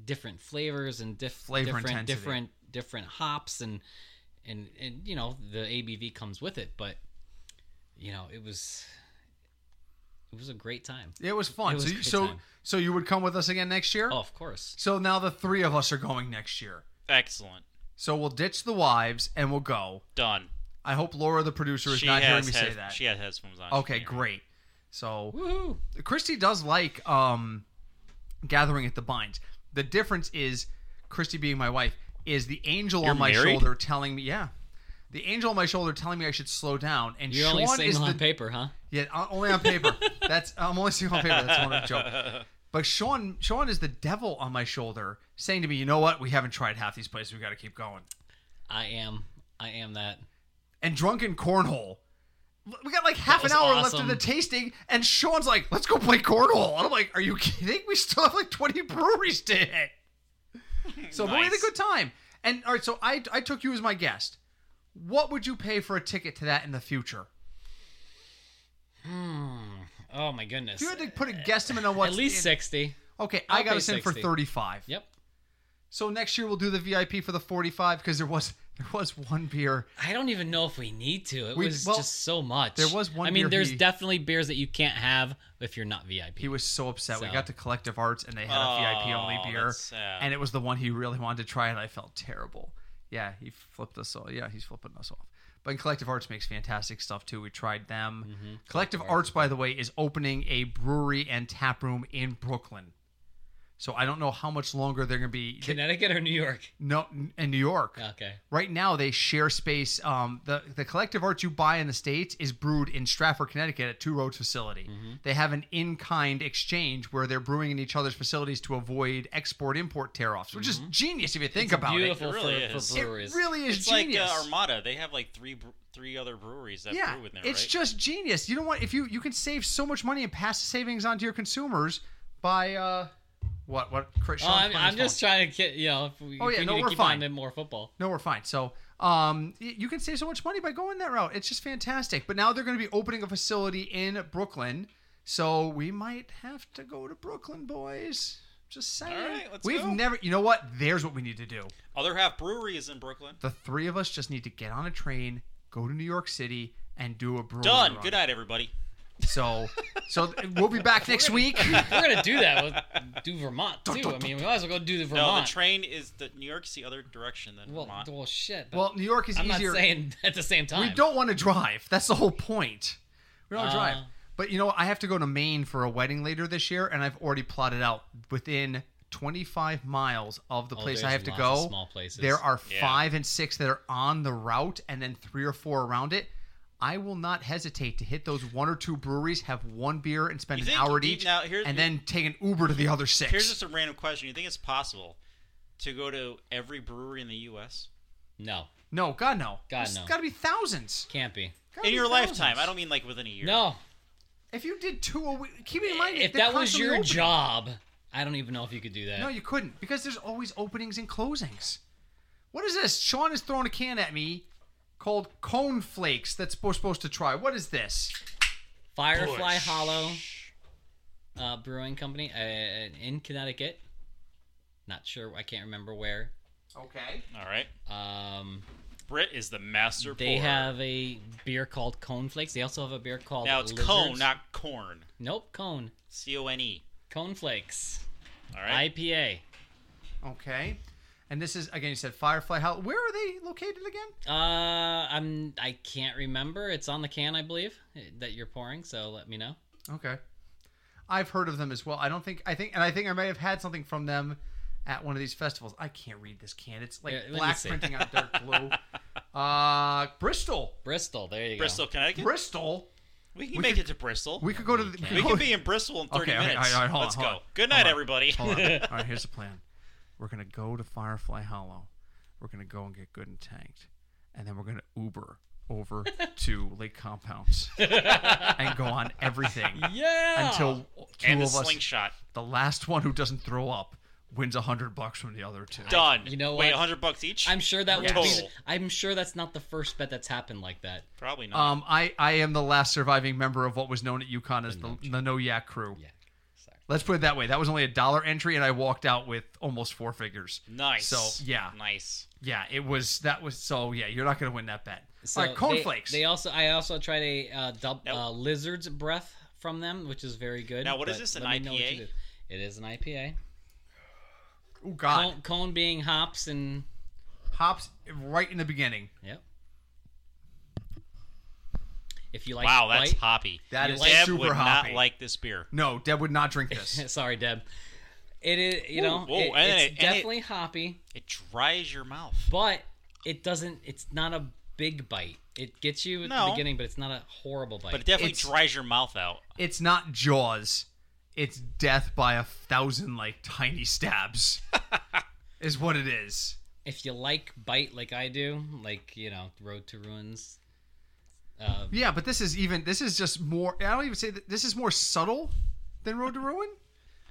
[SPEAKER 3] different flavors and diff,
[SPEAKER 2] Flavor
[SPEAKER 3] different
[SPEAKER 2] intensity.
[SPEAKER 3] different different hops and and and you know the ABV comes with it, but you know it was it was a great time.
[SPEAKER 2] It was fun.
[SPEAKER 3] It was
[SPEAKER 2] so
[SPEAKER 3] a
[SPEAKER 2] you,
[SPEAKER 3] good
[SPEAKER 2] so
[SPEAKER 3] time.
[SPEAKER 2] so you would come with us again next year?
[SPEAKER 3] Oh, of course.
[SPEAKER 2] So now the three of us are going next year.
[SPEAKER 1] Excellent.
[SPEAKER 2] So we'll ditch the wives and we'll go.
[SPEAKER 1] Done.
[SPEAKER 2] I hope Laura the producer is
[SPEAKER 1] She
[SPEAKER 2] not hearing
[SPEAKER 1] has
[SPEAKER 2] me
[SPEAKER 1] head-
[SPEAKER 2] say that.
[SPEAKER 1] she has headphones on. She
[SPEAKER 2] okay,
[SPEAKER 1] can't hear.
[SPEAKER 2] great. So
[SPEAKER 3] Woohoo!
[SPEAKER 2] Christy does like um, gathering at the binds. The difference is Christy being my wife is the angel
[SPEAKER 1] You're
[SPEAKER 2] on my
[SPEAKER 1] married?
[SPEAKER 2] shoulder telling me, yeah, the angel on my shoulder telling me I should slow down. And
[SPEAKER 3] You're
[SPEAKER 2] Sean
[SPEAKER 3] only
[SPEAKER 2] is
[SPEAKER 3] single
[SPEAKER 2] the
[SPEAKER 3] on paper, huh?
[SPEAKER 2] yeah o- only on paper. That's I'm only single on paper. That's one joke. But Sean Sean is the devil on my shoulder saying to me, you know what? We haven't tried half these places. We got to keep going.
[SPEAKER 3] I am. I am that.
[SPEAKER 2] And drunken cornhole. We got like half an
[SPEAKER 3] was
[SPEAKER 2] hour left
[SPEAKER 3] awesome.
[SPEAKER 2] in the tasting, and Sean's like, "Let's go play cornhole." And I'm like, "Are you kidding? We still have like 20 breweries to hit." So but we had a
[SPEAKER 1] Nice.
[SPEAKER 2] good time. And all right, so I I took you as my guest. What would you pay for a ticket to that in the future?
[SPEAKER 3] Oh my goodness.
[SPEAKER 2] If you had to put a guesstimate on what
[SPEAKER 3] At least sixty.
[SPEAKER 2] Okay, I
[SPEAKER 3] I'll
[SPEAKER 2] got
[SPEAKER 3] pay
[SPEAKER 2] us in for
[SPEAKER 3] 60.
[SPEAKER 2] 35.
[SPEAKER 3] Yep.
[SPEAKER 2] So next year we'll do the VIP for the 45 because there was there was one beer.
[SPEAKER 3] I don't even know if we need to. It
[SPEAKER 2] We-
[SPEAKER 3] was
[SPEAKER 2] well,
[SPEAKER 3] just so much.
[SPEAKER 2] there was one
[SPEAKER 3] I mean,
[SPEAKER 2] beer
[SPEAKER 3] there's
[SPEAKER 2] he-
[SPEAKER 3] definitely beers that you can't have if you're not VIP.
[SPEAKER 2] He was so upset. We
[SPEAKER 3] So.
[SPEAKER 2] got to Collective Arts and they had a VIP only
[SPEAKER 1] Oh,
[SPEAKER 2] beer,
[SPEAKER 1] that's sad.
[SPEAKER 2] and it was the one he really wanted to try, and I felt terrible. Yeah, he flipped us off. Yeah, he's flipping us off. But Collective Arts makes fantastic stuff too. We tried them.
[SPEAKER 1] Mm-hmm.
[SPEAKER 2] Collective Arts, by the way, is opening a brewery and tap room in Brooklyn. So I don't know how much longer they're going to be.
[SPEAKER 3] Connecticut or New York?
[SPEAKER 2] no, in New York.
[SPEAKER 3] Okay.
[SPEAKER 2] right now they share space. Um, the the collective art you buy in the states is brewed in Stratford, Connecticut, at Two Roads facility.
[SPEAKER 1] Mm-hmm.
[SPEAKER 2] They have an in kind exchange where they're brewing in each other's facilities to avoid export import tear offs, which
[SPEAKER 1] Mm-hmm.
[SPEAKER 2] is genius if you think about
[SPEAKER 3] Beautiful
[SPEAKER 1] It really
[SPEAKER 3] for,
[SPEAKER 1] is.
[SPEAKER 3] for
[SPEAKER 2] it. It
[SPEAKER 3] breweries.
[SPEAKER 2] really is
[SPEAKER 1] It's like
[SPEAKER 2] genius.
[SPEAKER 1] uh, Armada. They have like three bre- three other breweries that
[SPEAKER 2] yeah,
[SPEAKER 1] brew with them.
[SPEAKER 2] it's
[SPEAKER 1] right?
[SPEAKER 2] just genius. You know what? If you you can save so much money and pass the savings on to your consumers by uh, What? What? Cra-
[SPEAKER 3] Oh,
[SPEAKER 2] Sean's
[SPEAKER 3] I'm,
[SPEAKER 2] playing
[SPEAKER 3] I'm
[SPEAKER 2] his
[SPEAKER 3] just
[SPEAKER 2] phone.
[SPEAKER 3] trying to get you know. If we,
[SPEAKER 2] Oh,
[SPEAKER 3] if
[SPEAKER 2] yeah,
[SPEAKER 3] we
[SPEAKER 2] no,
[SPEAKER 3] need to
[SPEAKER 2] we're
[SPEAKER 3] keep
[SPEAKER 2] fine.
[SPEAKER 3] on to more football.
[SPEAKER 2] No, we're fine. So, um, y- you can save so much money by going that route. It's just fantastic. But now they're going to be opening a facility in Brooklyn, so we might have to go to Brooklyn, boys. Just saying.
[SPEAKER 1] right, let's
[SPEAKER 2] We've
[SPEAKER 1] go.
[SPEAKER 2] never. You know what? There's what we need to do.
[SPEAKER 1] Other half brewery is in Brooklyn.
[SPEAKER 2] The three of us just need to get on a train, go to New York City, and do a brewery.
[SPEAKER 1] Done.
[SPEAKER 2] run.
[SPEAKER 1] Good night, everybody.
[SPEAKER 2] So, so th- we'll be back next week.
[SPEAKER 3] We're gonna do that. We'll do Vermont too. I mean, we might as well go do the
[SPEAKER 1] No,
[SPEAKER 3] Vermont.
[SPEAKER 1] the train is the New York's the other direction than
[SPEAKER 3] well,
[SPEAKER 1] Vermont.
[SPEAKER 3] well, shit. but
[SPEAKER 2] Well, New York is
[SPEAKER 3] I'm
[SPEAKER 2] easier.
[SPEAKER 3] not saying at the same time.
[SPEAKER 2] We don't want to drive. That's the whole point. We don't
[SPEAKER 3] Uh.
[SPEAKER 2] drive. But you know, I have to go to Maine for a wedding later this year, and I've already plotted out within 25 miles of the
[SPEAKER 3] Oh,
[SPEAKER 2] place I
[SPEAKER 3] there's
[SPEAKER 2] have to
[SPEAKER 3] lots of
[SPEAKER 2] go.
[SPEAKER 3] small places.
[SPEAKER 2] There are
[SPEAKER 1] Yeah.
[SPEAKER 2] five and six that are on the route, and then three or four around it. I will not hesitate to hit those one or two breweries, have one beer, and spend
[SPEAKER 1] You
[SPEAKER 2] an
[SPEAKER 1] think-
[SPEAKER 2] hour at
[SPEAKER 1] you-
[SPEAKER 2] each,
[SPEAKER 1] now, here's-
[SPEAKER 2] and then take an Uber to the other six.
[SPEAKER 1] Here's just a random question. You think it's possible to go to every brewery in the U.S.
[SPEAKER 3] No,
[SPEAKER 2] no, God no,
[SPEAKER 3] God,
[SPEAKER 2] There's
[SPEAKER 3] no.
[SPEAKER 2] Got to be thousands
[SPEAKER 3] can't be.
[SPEAKER 2] Gotta
[SPEAKER 1] in
[SPEAKER 2] be
[SPEAKER 1] your
[SPEAKER 2] thousands.
[SPEAKER 1] lifetime? I don't mean like within a year.
[SPEAKER 3] No,
[SPEAKER 2] If you did two a week, keep in mind
[SPEAKER 3] Eh, if
[SPEAKER 2] they're
[SPEAKER 3] that was
[SPEAKER 2] constantly
[SPEAKER 3] your
[SPEAKER 2] opening.
[SPEAKER 3] job, I don't even know if you could do that.
[SPEAKER 2] No, you couldn't because there's always openings and closings. What is this? Sean is throwing a can at me called Cone Flakes that's we're supposed to try. What is this?
[SPEAKER 3] Firefly
[SPEAKER 1] Bush.
[SPEAKER 3] Hollow uh, Brewing Company uh, in Connecticut. Not sure. I can't remember where.
[SPEAKER 2] Okay.
[SPEAKER 1] All right.
[SPEAKER 3] Um,
[SPEAKER 1] Britt is the master.
[SPEAKER 3] they
[SPEAKER 1] pourer.
[SPEAKER 3] have a beer called Cone Flakes. They also have a beer called
[SPEAKER 1] now it's
[SPEAKER 3] Lizards.
[SPEAKER 1] cone, not corn.
[SPEAKER 3] nope cone
[SPEAKER 1] C O N E.
[SPEAKER 3] Cone Flakes
[SPEAKER 1] All right.
[SPEAKER 3] IPA.
[SPEAKER 2] Okay. And this is again. You said Firefly How? Where are they located again?
[SPEAKER 3] Uh, I'm I can't remember. It's on the can, I believe, that you're pouring. So let me know.
[SPEAKER 2] Okay. I've heard of them as well. I don't think I think, and I think I may have had something from them at one of these festivals. I can't read this can. It's like
[SPEAKER 3] Yeah, let me
[SPEAKER 2] black
[SPEAKER 3] see.
[SPEAKER 2] printing on dark blue. Uh, Bristol,
[SPEAKER 3] Bristol. There you
[SPEAKER 1] Bristol, Connecticut.
[SPEAKER 2] Bristol.
[SPEAKER 1] we can
[SPEAKER 2] we
[SPEAKER 1] make
[SPEAKER 2] could-
[SPEAKER 1] it to Bristol.
[SPEAKER 2] We could go to. The,
[SPEAKER 1] We can be in Bristol in 30
[SPEAKER 2] Okay, all right,
[SPEAKER 1] minutes.
[SPEAKER 2] all right, hold on,
[SPEAKER 1] Let's
[SPEAKER 2] hold
[SPEAKER 1] go.
[SPEAKER 2] on.
[SPEAKER 1] Good
[SPEAKER 2] Hold
[SPEAKER 1] night,
[SPEAKER 2] on.
[SPEAKER 1] everybody.
[SPEAKER 2] Hold on. All right, here's the plan. We're gonna go to Firefly Hollow. We're gonna go and get good and tanked, and then we're gonna Uber over to Lake Compounds and go on everything
[SPEAKER 3] go. Yeah.
[SPEAKER 2] until two
[SPEAKER 1] and the
[SPEAKER 2] of us,
[SPEAKER 1] slingshot.
[SPEAKER 2] the last one who doesn't throw up, wins a hundred bucks from the other two.
[SPEAKER 1] Done.
[SPEAKER 3] you know
[SPEAKER 1] Wait,
[SPEAKER 3] what?
[SPEAKER 1] 100 bucks each?
[SPEAKER 3] I'm sure that will
[SPEAKER 1] Yes.
[SPEAKER 3] be. I'm sure that's not the first bet that's happened like that.
[SPEAKER 1] Probably not.
[SPEAKER 2] Um, I, I am the last surviving member of what was known at UConn as the, the No Yak crew.
[SPEAKER 3] Yeah. Sorry.
[SPEAKER 2] Let's put it that way. That was only a dollar entry, and I walked out with almost four figures.
[SPEAKER 1] nice.
[SPEAKER 2] So yeah,
[SPEAKER 1] Nice.
[SPEAKER 2] Yeah, it was that was so yeah, you're not gonna win that bet.
[SPEAKER 3] So
[SPEAKER 2] All right,
[SPEAKER 3] they-
[SPEAKER 2] cornflakes.
[SPEAKER 3] They, also. I also tried a uh, dub,
[SPEAKER 1] Nope.
[SPEAKER 3] uh, lizard's breath from them, which is very good.
[SPEAKER 1] Now, what is
[SPEAKER 3] but
[SPEAKER 1] this, an
[SPEAKER 3] let me know what
[SPEAKER 1] IPA?
[SPEAKER 3] you do. It is an IPA.
[SPEAKER 2] oh god.
[SPEAKER 3] Cone, cone being hops and
[SPEAKER 2] Hops right in the beginning.
[SPEAKER 3] yep. If you like,
[SPEAKER 1] Wow, that's
[SPEAKER 3] bite-
[SPEAKER 1] hoppy.
[SPEAKER 2] That
[SPEAKER 1] You
[SPEAKER 2] is
[SPEAKER 1] like- Deb
[SPEAKER 2] super
[SPEAKER 1] would
[SPEAKER 2] hoppy.
[SPEAKER 1] not like this beer.
[SPEAKER 2] No, Deb would not drink this.
[SPEAKER 3] Sorry, Deb. It is. You
[SPEAKER 1] Whoa,
[SPEAKER 3] know,
[SPEAKER 1] whoa,
[SPEAKER 3] it-
[SPEAKER 1] and
[SPEAKER 3] it's
[SPEAKER 1] it- and it-
[SPEAKER 3] definitely hoppy,
[SPEAKER 1] It dries your mouth.
[SPEAKER 3] but it doesn't. It's not a big bite. It gets you at the
[SPEAKER 1] No.
[SPEAKER 3] beginning, but it's not a horrible bite.
[SPEAKER 1] But it definitely
[SPEAKER 2] It's-
[SPEAKER 1] dries your mouth out.
[SPEAKER 2] It's not Jaws. It's death by a thousand like tiny stabs. is what it is.
[SPEAKER 3] if you like bite like I do, like you know, Road to Ruins. Uh,
[SPEAKER 2] Yeah, but this is even this is just more I don't even say that this is more subtle than Road to Ruin.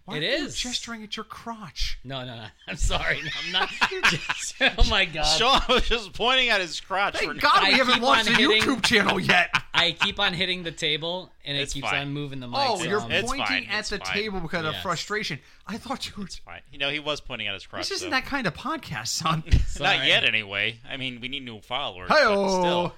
[SPEAKER 2] Why
[SPEAKER 3] It
[SPEAKER 2] are
[SPEAKER 3] is.
[SPEAKER 2] you gesturing at your crotch?
[SPEAKER 3] no, no, no. I'm sorry. No, I'm not. oh my god.
[SPEAKER 1] Sean was just pointing at his crotch. for
[SPEAKER 2] Uh, Thank God
[SPEAKER 3] I
[SPEAKER 2] we haven't
[SPEAKER 3] keep
[SPEAKER 2] launched a
[SPEAKER 3] on hitting-
[SPEAKER 2] YouTube channel yet.
[SPEAKER 3] I keep on hitting the table, and it
[SPEAKER 1] It's
[SPEAKER 3] keeps
[SPEAKER 1] fine.
[SPEAKER 3] on moving the um, mic.
[SPEAKER 2] Oh,
[SPEAKER 3] so
[SPEAKER 2] you're
[SPEAKER 3] I'm-
[SPEAKER 1] It's
[SPEAKER 2] pointing
[SPEAKER 1] fine,
[SPEAKER 2] at
[SPEAKER 1] it's
[SPEAKER 2] the
[SPEAKER 1] fine.
[SPEAKER 2] table because of
[SPEAKER 3] Yes.
[SPEAKER 2] frustration. I thought you were
[SPEAKER 1] Fine. You know, he was pointing at his crotch.
[SPEAKER 2] This isn't
[SPEAKER 1] though.
[SPEAKER 2] that kind of podcast, son.
[SPEAKER 3] sorry.
[SPEAKER 1] Not yet, anyway. I mean, we need new followers. but
[SPEAKER 2] Hi-oh.
[SPEAKER 1] still.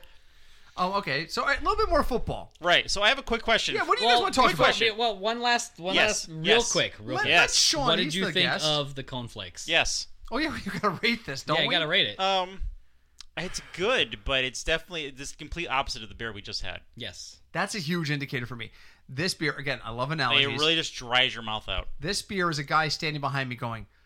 [SPEAKER 2] Oh, okay. So all right, a little bit more football.
[SPEAKER 1] Right. So I have a quick question.
[SPEAKER 2] Yeah, what do you guys
[SPEAKER 3] Well,
[SPEAKER 2] want to talk
[SPEAKER 3] quick
[SPEAKER 2] about?
[SPEAKER 3] question. Well, one last, one
[SPEAKER 1] Yes,
[SPEAKER 3] last, real
[SPEAKER 1] yes.
[SPEAKER 3] quick, real
[SPEAKER 2] Let,
[SPEAKER 3] quick.
[SPEAKER 1] Yes.
[SPEAKER 2] let Sean,
[SPEAKER 3] What
[SPEAKER 2] he's
[SPEAKER 3] did you
[SPEAKER 2] the
[SPEAKER 3] think
[SPEAKER 2] guest.
[SPEAKER 3] of the cone flakes?
[SPEAKER 1] yes.
[SPEAKER 2] Oh yeah, you gotta rate this, don't
[SPEAKER 3] yeah,
[SPEAKER 2] we?
[SPEAKER 3] you gotta rate it.
[SPEAKER 1] Um, it's good, but it's definitely this complete opposite of the beer we just had.
[SPEAKER 3] yes.
[SPEAKER 2] That's a huge indicator for me. This beer, again, I love analogies.
[SPEAKER 1] It really just dries your mouth out.
[SPEAKER 2] This beer is a guy standing behind me going,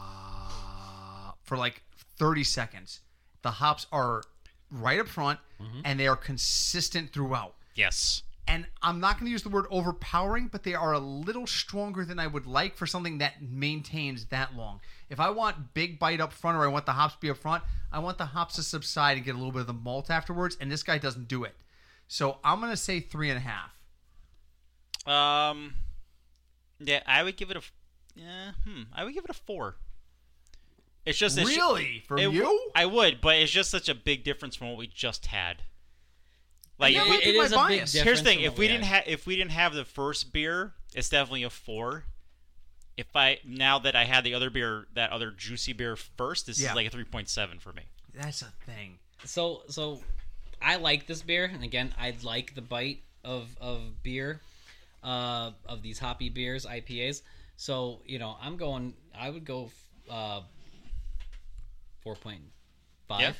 [SPEAKER 2] "Ah," for like 30 seconds. The hops are right up front, and they are consistent throughout.
[SPEAKER 1] Yes.
[SPEAKER 2] and I'm not going to use the word overpowering, but they are a little stronger than I would like for something that maintains that long. If I want big bite up front or I want the hops to be up front, I want the hops to subside and get a little bit of the malt afterwards, and this guy doesn't do it. So I'm going to say three and a half.
[SPEAKER 1] Um, Yeah, I would give it a. f- Yeah, hmm. I would give it a four. It's just it's ju-
[SPEAKER 2] really? From
[SPEAKER 1] it w-
[SPEAKER 2] you?
[SPEAKER 1] I would, but it's just such a big difference from what we just had. Like
[SPEAKER 2] Yeah,
[SPEAKER 1] if
[SPEAKER 2] might
[SPEAKER 1] we,
[SPEAKER 2] be my bias.
[SPEAKER 1] here's the thing:
[SPEAKER 3] from
[SPEAKER 1] if
[SPEAKER 3] what
[SPEAKER 1] we didn't
[SPEAKER 3] had.
[SPEAKER 1] have if we didn't have the first beer, it's definitely a four. If I now that I had the other beer, that other juicy beer first, this
[SPEAKER 2] Yeah.
[SPEAKER 1] is like a three point seven for me.
[SPEAKER 2] That's a thing.
[SPEAKER 3] so so, I like this beer, and again, I like the bite of of beer, uh, of these hoppy beers, IPAs. So you know, I'm going. I would go uh, four point five.
[SPEAKER 1] Yeah.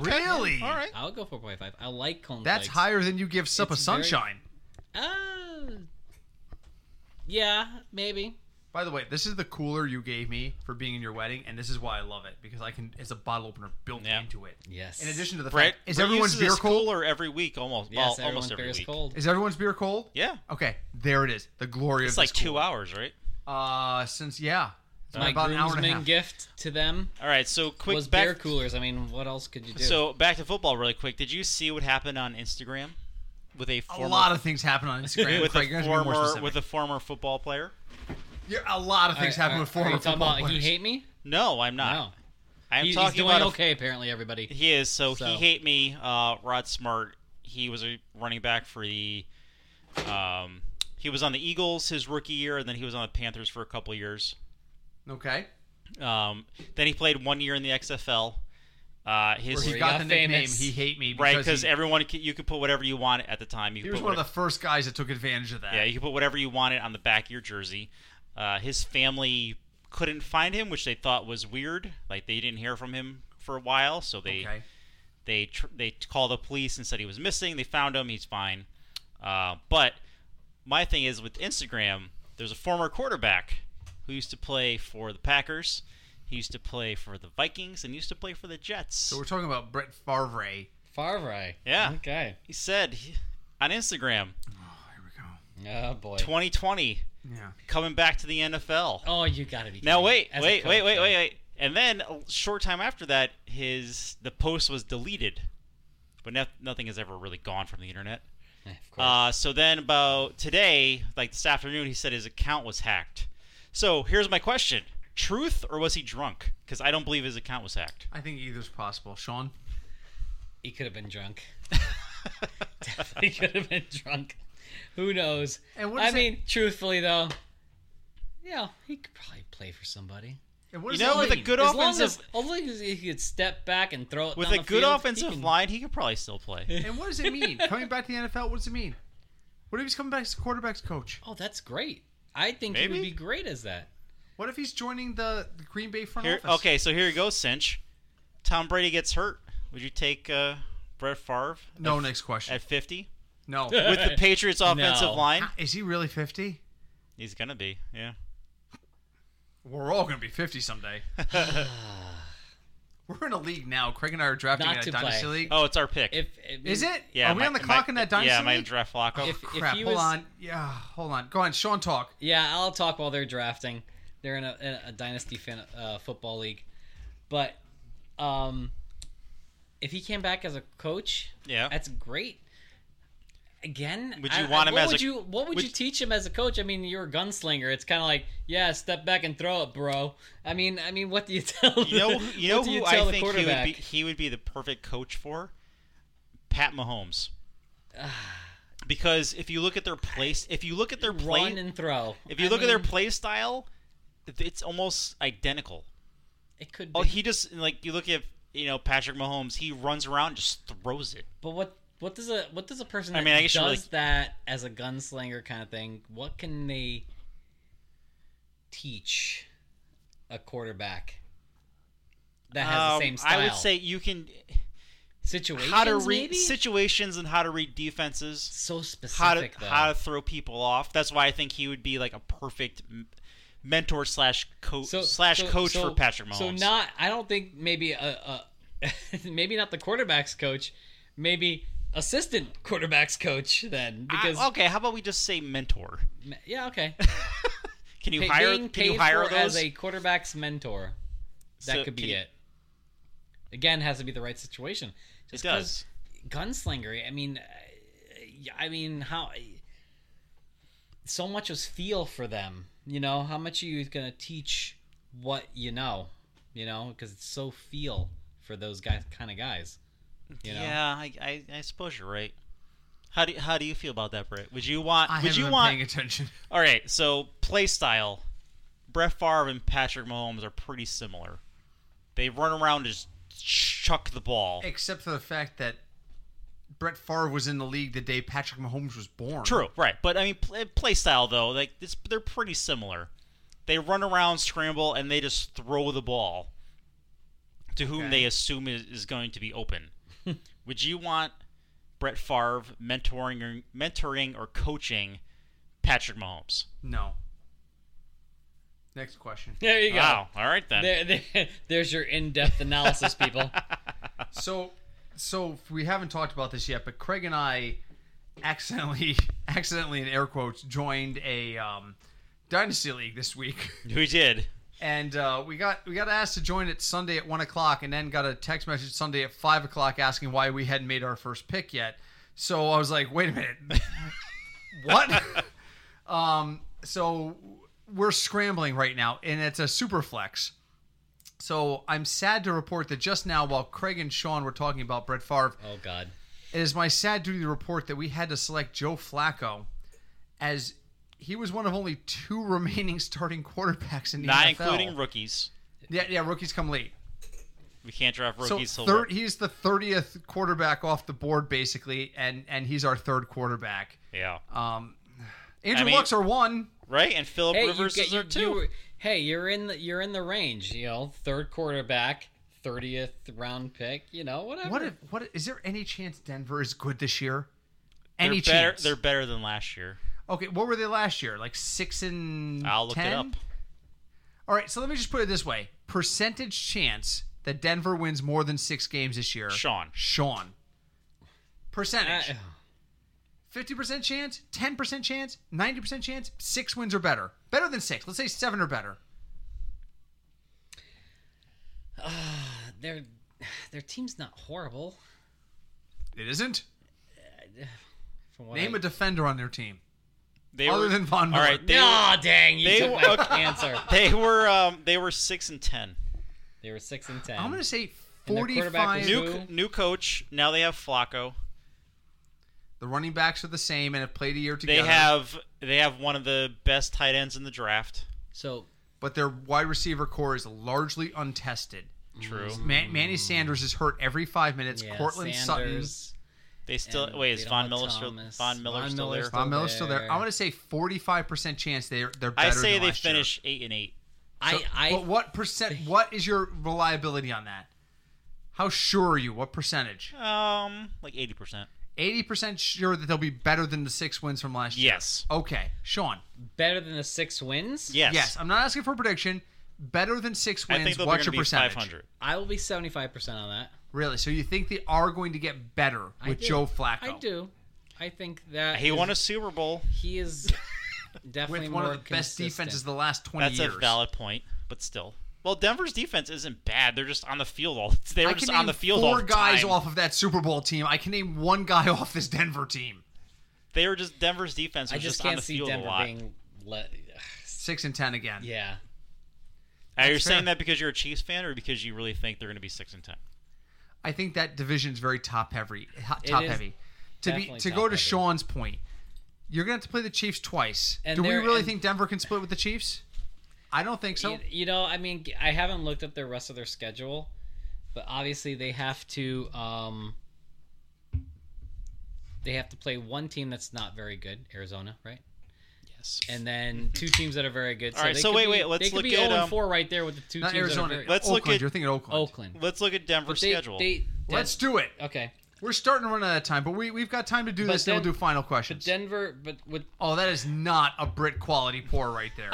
[SPEAKER 2] Really?
[SPEAKER 1] All right.
[SPEAKER 3] I'll go four point five. I like cone.
[SPEAKER 2] That's
[SPEAKER 3] flakes.
[SPEAKER 2] higher than you give Sup of
[SPEAKER 3] It's very-
[SPEAKER 2] Sunshine.
[SPEAKER 3] Uh, yeah, maybe.
[SPEAKER 2] By the way, this is the cooler you gave me for being in your wedding, and this is why I love it because I can. It's a bottle opener built
[SPEAKER 1] Yeah.
[SPEAKER 2] into it.
[SPEAKER 3] Yes.
[SPEAKER 2] In addition to the
[SPEAKER 1] Brett,
[SPEAKER 2] fact, is
[SPEAKER 1] Brett
[SPEAKER 2] everyone's
[SPEAKER 1] uses
[SPEAKER 2] beer
[SPEAKER 1] this
[SPEAKER 2] cold?
[SPEAKER 1] cooler every week, almost
[SPEAKER 3] yes,
[SPEAKER 1] well, almost
[SPEAKER 3] everyone's beer
[SPEAKER 1] every
[SPEAKER 3] is
[SPEAKER 1] week.
[SPEAKER 3] cold.
[SPEAKER 2] Is everyone's beer cold?
[SPEAKER 1] Yeah,
[SPEAKER 2] Okay, there it is. The glory
[SPEAKER 1] it's
[SPEAKER 2] of this
[SPEAKER 1] like two
[SPEAKER 2] cooler.
[SPEAKER 1] hours, right?
[SPEAKER 2] Uh, since yeah, it's been
[SPEAKER 3] My
[SPEAKER 2] about an hour and a
[SPEAKER 3] groomsman
[SPEAKER 2] half.
[SPEAKER 3] gift to them
[SPEAKER 1] All right. So quick
[SPEAKER 3] was
[SPEAKER 1] back
[SPEAKER 3] beer coolers. I mean, what else could you do?
[SPEAKER 1] So back to football, really quick. Did you see what happened on Instagram with a
[SPEAKER 2] a
[SPEAKER 1] former
[SPEAKER 2] lot of things happen on Instagram.
[SPEAKER 1] with
[SPEAKER 2] Craig, you're
[SPEAKER 1] a
[SPEAKER 2] gonna have to be more
[SPEAKER 1] former
[SPEAKER 2] specific.
[SPEAKER 1] with a former football player?
[SPEAKER 2] Yeah, a lot of
[SPEAKER 3] All right,
[SPEAKER 2] things happen
[SPEAKER 3] all
[SPEAKER 2] with
[SPEAKER 3] right,
[SPEAKER 2] former
[SPEAKER 3] are you talking
[SPEAKER 2] football
[SPEAKER 3] about
[SPEAKER 2] players.
[SPEAKER 3] he hate me?
[SPEAKER 1] No, I'm not.
[SPEAKER 3] No.
[SPEAKER 1] I'm
[SPEAKER 3] He- he's
[SPEAKER 1] talking
[SPEAKER 3] doing
[SPEAKER 1] about a-
[SPEAKER 3] okay apparently everybody.
[SPEAKER 1] he is. So,
[SPEAKER 3] So.
[SPEAKER 1] he hate me. Uh, Rod Smart. He was a running back for the. Um, he was on the Eagles his rookie year, and then he was on the Panthers for a couple years.
[SPEAKER 2] Okay,
[SPEAKER 1] Um, then he played one year in the XFL. Uh, his
[SPEAKER 2] where he
[SPEAKER 3] he
[SPEAKER 2] got
[SPEAKER 3] got
[SPEAKER 2] the nickname
[SPEAKER 3] famous.
[SPEAKER 2] "He Hate Me"
[SPEAKER 1] right
[SPEAKER 2] because
[SPEAKER 1] because
[SPEAKER 2] he,
[SPEAKER 1] everyone c you could put whatever you want at the time. You
[SPEAKER 2] he
[SPEAKER 1] could
[SPEAKER 2] was
[SPEAKER 1] put
[SPEAKER 2] one of the
[SPEAKER 1] whatever-
[SPEAKER 2] first guys that took advantage of that.
[SPEAKER 1] yeah, you could put whatever you wanted on the back of your jersey. Uh, his family couldn't find him, which they thought was weird. Like they didn't hear from him for a while, so they
[SPEAKER 2] okay,
[SPEAKER 1] they tr- they t- called the police and said he was missing. They found him. He's fine. Uh, but my thing is with Instagram, there's a former quarterback who used to play for the Packers. He used to play for the Vikings and he used to play for the Jets.
[SPEAKER 2] so we're talking about Brett Favre.
[SPEAKER 3] Favre.
[SPEAKER 1] Yeah.
[SPEAKER 3] Okay.
[SPEAKER 1] he said he- on Instagram,
[SPEAKER 2] Oh, here we
[SPEAKER 3] Oh boy.
[SPEAKER 1] 2020
[SPEAKER 2] go. Yeah.
[SPEAKER 1] coming back to the NFL.
[SPEAKER 3] Oh, you gotta be.
[SPEAKER 1] Now
[SPEAKER 3] kidding.
[SPEAKER 1] wait,
[SPEAKER 3] As a
[SPEAKER 1] wait, wait,
[SPEAKER 3] coach,
[SPEAKER 1] wait,
[SPEAKER 3] though.
[SPEAKER 1] wait, wait. And then a short time after that, his the post was deleted, but no, nothing has ever really gone from the internet.
[SPEAKER 3] Eh, Of course.
[SPEAKER 1] Uh, so then about today, like this afternoon, he said his account was hacked. So here's my question: Truth or was he drunk? Because I don't believe his account was hacked.
[SPEAKER 2] I think either's possible. Sean,
[SPEAKER 3] he could have been drunk. he could have been drunk. Who knows?
[SPEAKER 2] And what
[SPEAKER 3] I
[SPEAKER 2] does it-
[SPEAKER 3] mean, truthfully though, yeah, he could probably play for somebody.
[SPEAKER 2] and what
[SPEAKER 1] you
[SPEAKER 2] does
[SPEAKER 1] know,
[SPEAKER 2] that
[SPEAKER 1] with a
[SPEAKER 2] mean?
[SPEAKER 1] good
[SPEAKER 3] As long
[SPEAKER 1] offensive
[SPEAKER 3] as, as long as he could step back and throw it
[SPEAKER 1] with
[SPEAKER 3] down
[SPEAKER 1] a
[SPEAKER 3] the
[SPEAKER 1] good
[SPEAKER 3] field, he
[SPEAKER 1] offensive
[SPEAKER 3] can-
[SPEAKER 1] line, he could probably still play.
[SPEAKER 2] And what does it mean coming back to the NFL? What does it mean? What if he's coming back as quarterback's coach?
[SPEAKER 3] Oh, that's great. I think he would
[SPEAKER 1] Maybe.
[SPEAKER 3] be great as that.
[SPEAKER 2] What if he's joining the, the Green Bay front
[SPEAKER 1] Here,
[SPEAKER 2] office?
[SPEAKER 1] okay, so here you go, Cinch. Tom Brady gets hurt. Would you take uh, Brett Favre
[SPEAKER 2] No, next question.
[SPEAKER 1] at 50
[SPEAKER 2] No.
[SPEAKER 1] with the Patriots offensive
[SPEAKER 3] No.
[SPEAKER 1] line?
[SPEAKER 2] Ah, Is he really 50?
[SPEAKER 1] He's gonna be, yeah.
[SPEAKER 2] We're all going to be 50 someday. We're in a league now. Craig and I are drafting
[SPEAKER 3] Not
[SPEAKER 2] in a
[SPEAKER 3] to
[SPEAKER 2] dynasty
[SPEAKER 3] play.
[SPEAKER 2] league.
[SPEAKER 1] Oh, it's our pick.
[SPEAKER 3] If I mean,
[SPEAKER 2] Is it?
[SPEAKER 1] yeah,
[SPEAKER 2] Are we
[SPEAKER 1] my-
[SPEAKER 2] on the
[SPEAKER 1] my-
[SPEAKER 2] clock in that dynasty
[SPEAKER 1] Yeah, my
[SPEAKER 2] league?
[SPEAKER 1] draft Flacco.
[SPEAKER 3] If-
[SPEAKER 2] Crap.
[SPEAKER 3] he
[SPEAKER 2] hold
[SPEAKER 3] was-
[SPEAKER 2] on. Yeah, hold on. Go on. Sean, talk.
[SPEAKER 3] Yeah, I'll talk while they're drafting. They're in a, in a dynasty fan, uh, football league, but um, if he came back as a coach,
[SPEAKER 1] yeah.
[SPEAKER 3] that's great. Again,
[SPEAKER 1] Would
[SPEAKER 3] I-
[SPEAKER 1] you
[SPEAKER 3] I-
[SPEAKER 1] want him
[SPEAKER 3] what
[SPEAKER 1] as
[SPEAKER 3] would
[SPEAKER 1] a-
[SPEAKER 3] you, What would,
[SPEAKER 1] would-
[SPEAKER 3] you teach him as a coach? I mean, you're a gunslinger. It's kind of like, yeah, step back and throw it, bro. I mean, I mean, what do you tell?
[SPEAKER 1] You know,
[SPEAKER 3] the-
[SPEAKER 1] you know
[SPEAKER 3] what do
[SPEAKER 1] who
[SPEAKER 3] you
[SPEAKER 1] I
[SPEAKER 3] tell the
[SPEAKER 1] think he would
[SPEAKER 3] quarterback?
[SPEAKER 1] be. He would be the perfect coach for Pat Mahomes, because if you look at their place, if you look at their play,
[SPEAKER 3] Run and throw.
[SPEAKER 1] if you
[SPEAKER 3] I
[SPEAKER 1] look at their
[SPEAKER 3] mean,
[SPEAKER 1] play style, it's almost identical.
[SPEAKER 3] it could. Be.
[SPEAKER 1] Oh, he just like you look at you know Patrick Mahomes, he runs around, and just throws it.
[SPEAKER 3] But what what does a what does a person
[SPEAKER 1] I
[SPEAKER 3] that
[SPEAKER 1] mean, I guess
[SPEAKER 3] does
[SPEAKER 1] you're like-
[SPEAKER 3] that as a gunslinger kind of thing? What can they teach a quarterback that has
[SPEAKER 1] Um,
[SPEAKER 3] the same style?
[SPEAKER 1] I would say you can
[SPEAKER 3] situations.
[SPEAKER 1] how to read
[SPEAKER 3] maybe?
[SPEAKER 1] situations and how to read defenses.
[SPEAKER 3] so specific
[SPEAKER 1] how to
[SPEAKER 3] though.
[SPEAKER 1] how to throw people off. That's why I think he would be like a perfect m- mentor slash coach slash coach
[SPEAKER 3] so-
[SPEAKER 1] for Patrick Mahomes.
[SPEAKER 3] So not, I don't think maybe a, a maybe not the quarterbacks coach, maybe assistant quarterbacks coach then
[SPEAKER 1] I-
[SPEAKER 3] because
[SPEAKER 1] Ah, okay, how about we just say mentor?
[SPEAKER 3] yeah okay.
[SPEAKER 1] Can you
[SPEAKER 3] Pa-
[SPEAKER 1] hire?
[SPEAKER 3] being
[SPEAKER 1] Can you
[SPEAKER 3] paid
[SPEAKER 1] hire
[SPEAKER 3] for
[SPEAKER 1] those?
[SPEAKER 3] as a quarterback's mentor? That
[SPEAKER 1] So
[SPEAKER 3] could
[SPEAKER 1] can
[SPEAKER 3] be
[SPEAKER 1] you-
[SPEAKER 3] it. Again, has to be the right situation.
[SPEAKER 1] It
[SPEAKER 3] Just 'cause
[SPEAKER 1] does.
[SPEAKER 3] gunslinger. I mean, uh, I mean how uh, so much was feel for them. You know, how much are you going to teach what you know? You know, because it's so feel for those guys, kind of guys. You know?
[SPEAKER 1] Yeah, I, I, I suppose you're right. How do you, how do you feel about that, Britt? Would you want?
[SPEAKER 2] I
[SPEAKER 1] would
[SPEAKER 2] haven't
[SPEAKER 1] you
[SPEAKER 2] been
[SPEAKER 1] want?
[SPEAKER 2] paying attention.
[SPEAKER 1] All right, so play style. Brett Favre and Patrick Mahomes are pretty similar. They run around and just chuck the ball.
[SPEAKER 2] Except for the fact that Brett Favre was in the league the day Patrick Mahomes was born.
[SPEAKER 1] True, right? But I mean, play, play style though, like it's, they're pretty similar. They run around, scramble, and they just throw the ball to whom
[SPEAKER 2] Okay.
[SPEAKER 1] they assume is, is going to be open. Would you want Brett Favre mentoring or, mentoring or coaching Patrick Mahomes?
[SPEAKER 2] No. Next question.
[SPEAKER 3] There you go.
[SPEAKER 1] Wow. All right then.
[SPEAKER 3] There, there, there's your in-depth analysis, people.
[SPEAKER 2] So, so we haven't talked about this yet, but Craig and I accidentally, accidentally in air quotes, joined a um, dynasty league this week,
[SPEAKER 1] Who did?
[SPEAKER 2] and uh, we got we got asked to join it Sunday at one o'clock, and then got a text message Sunday at five o'clock asking why we hadn't made our first pick yet. So I was like, wait a minute, what? um, so we're scrambling right now, and it's a super flex. So I'm sad to report that just now, while Craig and Sean were talking about Brett Favre,
[SPEAKER 3] Oh God.
[SPEAKER 2] it is my sad duty to report that we had to select Joe Flacco as he was one of only two remaining starting quarterbacks in the
[SPEAKER 1] Not
[SPEAKER 2] NFL.
[SPEAKER 1] including rookies.
[SPEAKER 2] yeah, yeah, rookies come late.
[SPEAKER 1] We can't draft
[SPEAKER 2] So
[SPEAKER 1] rookies till
[SPEAKER 2] thir- he's the thirtieth quarterback off the board, basically, and and he's our third quarterback.
[SPEAKER 1] yeah,
[SPEAKER 2] Um, Andrew
[SPEAKER 1] I mean-
[SPEAKER 2] Luck's our one.
[SPEAKER 1] right. And Philip
[SPEAKER 3] Hey, you
[SPEAKER 1] Rivers
[SPEAKER 3] get,
[SPEAKER 1] is there
[SPEAKER 3] you,
[SPEAKER 1] too.
[SPEAKER 3] you were- hey, you're in the you're in the range. You know, third quarterback, thirtieth round pick. You know, whatever.
[SPEAKER 2] What if what is there any chance Denver is good this year?
[SPEAKER 1] they're
[SPEAKER 2] Any
[SPEAKER 1] better.
[SPEAKER 2] chance?
[SPEAKER 1] They're better than last year.
[SPEAKER 2] Okay, what were they last year? Like six and
[SPEAKER 1] I'll look it
[SPEAKER 2] 10?
[SPEAKER 1] up.
[SPEAKER 2] All right, so let me just put it this way: percentage chance that Denver wins more than six games this year.
[SPEAKER 1] Sean.
[SPEAKER 2] Sean. Percentage:
[SPEAKER 3] I-
[SPEAKER 2] fifty percent chance, ten percent chance, ninety percent chance, six wins or better. Better than six. Let's say seven or better.
[SPEAKER 3] uh, their their team's not horrible.
[SPEAKER 2] It isn't.
[SPEAKER 3] From what
[SPEAKER 2] Name
[SPEAKER 3] I,
[SPEAKER 2] a defender on their team
[SPEAKER 1] They
[SPEAKER 2] other
[SPEAKER 1] were,
[SPEAKER 2] than Von Miller.
[SPEAKER 1] all right. They were,
[SPEAKER 3] Aw, dang! You
[SPEAKER 1] they
[SPEAKER 3] took
[SPEAKER 1] were-
[SPEAKER 3] my
[SPEAKER 1] okay.
[SPEAKER 3] answer.
[SPEAKER 1] they were um, they were six and ten.
[SPEAKER 3] They were six and ten.
[SPEAKER 2] I'm gonna say
[SPEAKER 3] And their quarterback
[SPEAKER 2] forty-five.
[SPEAKER 3] was Duke.
[SPEAKER 1] New
[SPEAKER 3] Who?
[SPEAKER 1] new coach. Now they have Flacco.
[SPEAKER 2] The running backs are the same and have played a year
[SPEAKER 1] They
[SPEAKER 2] together.
[SPEAKER 1] have they have one of the best tight ends in the draft.
[SPEAKER 3] so
[SPEAKER 2] but their wide receiver core is largely untested.
[SPEAKER 1] True.
[SPEAKER 2] Man- Manny Sanders is hurt every five minutes.
[SPEAKER 3] yeah,
[SPEAKER 2] Cortland Sutton.
[SPEAKER 3] Sanders,
[SPEAKER 1] They still
[SPEAKER 3] And
[SPEAKER 1] wait. Is
[SPEAKER 3] they don't
[SPEAKER 1] Von
[SPEAKER 3] have
[SPEAKER 1] Miller still
[SPEAKER 3] Thomas.
[SPEAKER 1] Von Miller
[SPEAKER 3] Von
[SPEAKER 1] still there?
[SPEAKER 3] Miller's still-
[SPEAKER 2] Von Miller's still there.
[SPEAKER 3] there.
[SPEAKER 2] I'm going to say 45% chance they're they're better.
[SPEAKER 1] I say
[SPEAKER 2] than
[SPEAKER 1] they
[SPEAKER 2] last year.
[SPEAKER 1] finish eight and eight.
[SPEAKER 2] So-
[SPEAKER 3] I I
[SPEAKER 2] but what percent? What is your reliability on that? How sure are you? What percentage?
[SPEAKER 1] Um, like eighty percent.
[SPEAKER 2] 80% sure that they'll be better than the six wins from last year.
[SPEAKER 1] Yes.
[SPEAKER 2] Okay, Sean.
[SPEAKER 3] better than the six wins.
[SPEAKER 1] Yes.
[SPEAKER 2] Yes. I'm not asking for a prediction. Better than six
[SPEAKER 1] I
[SPEAKER 2] wins.
[SPEAKER 1] think they're going
[SPEAKER 2] What's
[SPEAKER 1] to
[SPEAKER 2] your
[SPEAKER 1] be five
[SPEAKER 2] percentage?
[SPEAKER 1] hundred.
[SPEAKER 3] I will be seventy five percent on that.
[SPEAKER 2] Really? So you think they are going to get better
[SPEAKER 3] I
[SPEAKER 2] with
[SPEAKER 3] do.
[SPEAKER 2] Joe Flacco?
[SPEAKER 3] I do. I think that
[SPEAKER 1] He
[SPEAKER 3] is-
[SPEAKER 1] won a Super Bowl.
[SPEAKER 3] He is definitely
[SPEAKER 2] With one of
[SPEAKER 3] more
[SPEAKER 2] the best
[SPEAKER 3] consistent.
[SPEAKER 2] defenses of the last 20
[SPEAKER 1] That's
[SPEAKER 2] years.
[SPEAKER 1] a valid point, but still. Well, Denver's defense isn't bad. They're just on the field all. They were
[SPEAKER 2] I can
[SPEAKER 1] just
[SPEAKER 2] name
[SPEAKER 1] on the field all
[SPEAKER 2] four
[SPEAKER 1] the
[SPEAKER 2] guys
[SPEAKER 1] time.
[SPEAKER 2] off of that Super Bowl team. I can name one guy off this Denver team.
[SPEAKER 1] They were just Denver's defense
[SPEAKER 3] I
[SPEAKER 1] was
[SPEAKER 3] just
[SPEAKER 1] just, on
[SPEAKER 3] can't
[SPEAKER 1] the
[SPEAKER 3] see
[SPEAKER 1] field a
[SPEAKER 3] Denver
[SPEAKER 1] lot.
[SPEAKER 3] being let.
[SPEAKER 2] Six and ten again.
[SPEAKER 1] Are you
[SPEAKER 3] Yeah,
[SPEAKER 2] That's fair.
[SPEAKER 1] saying that because you're a Chiefs fan, or because you really think they're going to be six and ten?
[SPEAKER 2] I think that division's very top heavy. ho-
[SPEAKER 3] It
[SPEAKER 2] Top
[SPEAKER 3] is
[SPEAKER 2] heavy. To be
[SPEAKER 3] definitely
[SPEAKER 2] to
[SPEAKER 3] top
[SPEAKER 2] go to
[SPEAKER 3] heavy.
[SPEAKER 2] Sean's point, you're gonna have to play the Chiefs twice.
[SPEAKER 3] And
[SPEAKER 2] Do we
[SPEAKER 3] they're-
[SPEAKER 2] really
[SPEAKER 3] and-
[SPEAKER 2] think Denver can split with the Chiefs? I don't think so.
[SPEAKER 3] you, you know, I mean, I haven't looked up the rest of their schedule, but obviously they have to. Um, they have to play one team that's not very good, Arizona, right?
[SPEAKER 1] Yes.
[SPEAKER 3] And then two teams that are very good.
[SPEAKER 1] All right,
[SPEAKER 3] they
[SPEAKER 1] so
[SPEAKER 3] could
[SPEAKER 1] wait,
[SPEAKER 3] be-
[SPEAKER 1] wait, let's
[SPEAKER 3] they could
[SPEAKER 1] look
[SPEAKER 3] be
[SPEAKER 1] at,
[SPEAKER 3] 0
[SPEAKER 1] um,
[SPEAKER 3] 4 right there with the two
[SPEAKER 2] Not
[SPEAKER 3] teams that are
[SPEAKER 2] Arizona.
[SPEAKER 3] very,
[SPEAKER 1] Let's look
[SPEAKER 2] Oakland.
[SPEAKER 1] at-
[SPEAKER 2] you're thinking Oakland.
[SPEAKER 3] Oakland.
[SPEAKER 1] Let's look at Denver's
[SPEAKER 3] They-
[SPEAKER 1] schedule.
[SPEAKER 3] they-
[SPEAKER 2] Let's do it.
[SPEAKER 3] Okay,
[SPEAKER 2] We're starting to run out of time, but we we've got time to do
[SPEAKER 3] But
[SPEAKER 2] this. and
[SPEAKER 3] Den-
[SPEAKER 2] we'll do final
[SPEAKER 3] but
[SPEAKER 2] questions.
[SPEAKER 3] Denver, but with
[SPEAKER 2] oh, that is not a Brit quality pour right there.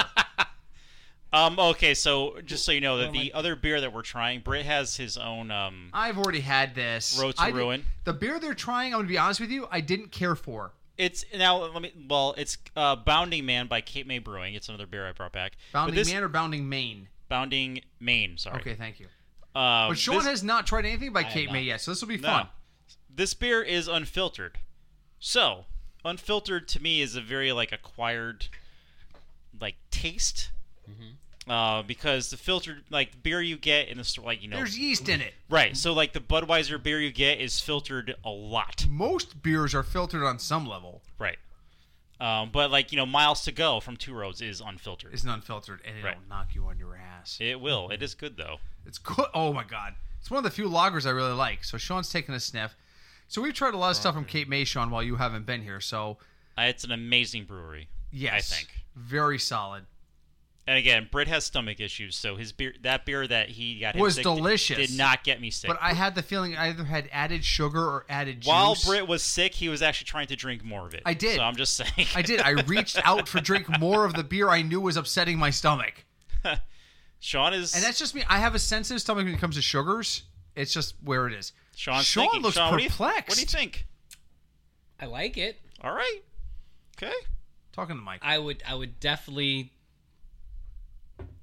[SPEAKER 1] um. Okay. So just so you know
[SPEAKER 2] Oh
[SPEAKER 1] that
[SPEAKER 3] Well, my-
[SPEAKER 1] the other beer that we're trying, Britt has his own. Um.
[SPEAKER 2] I've already had this.
[SPEAKER 1] Road to
[SPEAKER 2] I did-
[SPEAKER 1] ruin.
[SPEAKER 2] the beer they're trying, I'm gonna be honest with you, I didn't care for.
[SPEAKER 1] It's now. Let me. Well, it's uh, Bounding Man by Cape May Brewing. It's another beer I brought back. But
[SPEAKER 2] Bounding
[SPEAKER 1] this,
[SPEAKER 2] Man or Bounding Maine?
[SPEAKER 1] Bounding Maine. Sorry.
[SPEAKER 2] Okay, thank you.
[SPEAKER 1] Um,
[SPEAKER 2] But Sean
[SPEAKER 1] this-
[SPEAKER 2] has not tried anything by
[SPEAKER 3] have
[SPEAKER 2] Kate May
[SPEAKER 3] not.
[SPEAKER 2] yet, so this will be
[SPEAKER 1] No.
[SPEAKER 2] fun.
[SPEAKER 1] This beer is unfiltered. So, unfiltered to me is a very like acquired like taste.
[SPEAKER 2] Mm-hmm.
[SPEAKER 1] Uh, because the filtered like the beer you get in the store, like you know,
[SPEAKER 2] There's yeast in it.
[SPEAKER 1] right. So like the Budweiser beer you get is filtered a lot.
[SPEAKER 2] Most beers are filtered on some level.
[SPEAKER 1] Right. Um, but like you know, miles to go from Two Roads is unfiltered.
[SPEAKER 2] It's unfiltered, and it'll
[SPEAKER 1] Right.
[SPEAKER 2] knock you on your ass.
[SPEAKER 1] it will. It is good though.
[SPEAKER 2] It's good. Oh my god, it's one of the few lagers I really like. So Sean's taking a sniff. So we've tried a lot of stuff from Cape May, Sean, while you haven't been here. So
[SPEAKER 1] Uh, It's an amazing brewery.
[SPEAKER 2] yes,
[SPEAKER 1] I think.
[SPEAKER 2] very solid.
[SPEAKER 1] And again, Britt has stomach issues, so his beer, that beer that he got him
[SPEAKER 2] Was
[SPEAKER 1] sick
[SPEAKER 2] delicious.
[SPEAKER 1] Did, did not get me sick.
[SPEAKER 2] But I had the feeling I either had added sugar or added juice.
[SPEAKER 1] While Britt was sick, he was actually trying to drink more of it.
[SPEAKER 2] I did.
[SPEAKER 1] So I'm just saying.
[SPEAKER 2] I did. I reached out for drink more of the beer I knew was upsetting my stomach.
[SPEAKER 1] Sean is.
[SPEAKER 2] And that's just me. I have a sensitive stomach when it comes to sugars. It's just where it is.
[SPEAKER 1] Sean's
[SPEAKER 2] Sean
[SPEAKER 1] thinking.
[SPEAKER 2] looks
[SPEAKER 1] Sean,
[SPEAKER 2] perplexed.
[SPEAKER 1] What do, you, what do you think?
[SPEAKER 3] I like it.
[SPEAKER 1] All right. Okay.
[SPEAKER 2] Talking to Mike.
[SPEAKER 3] I would I would definitely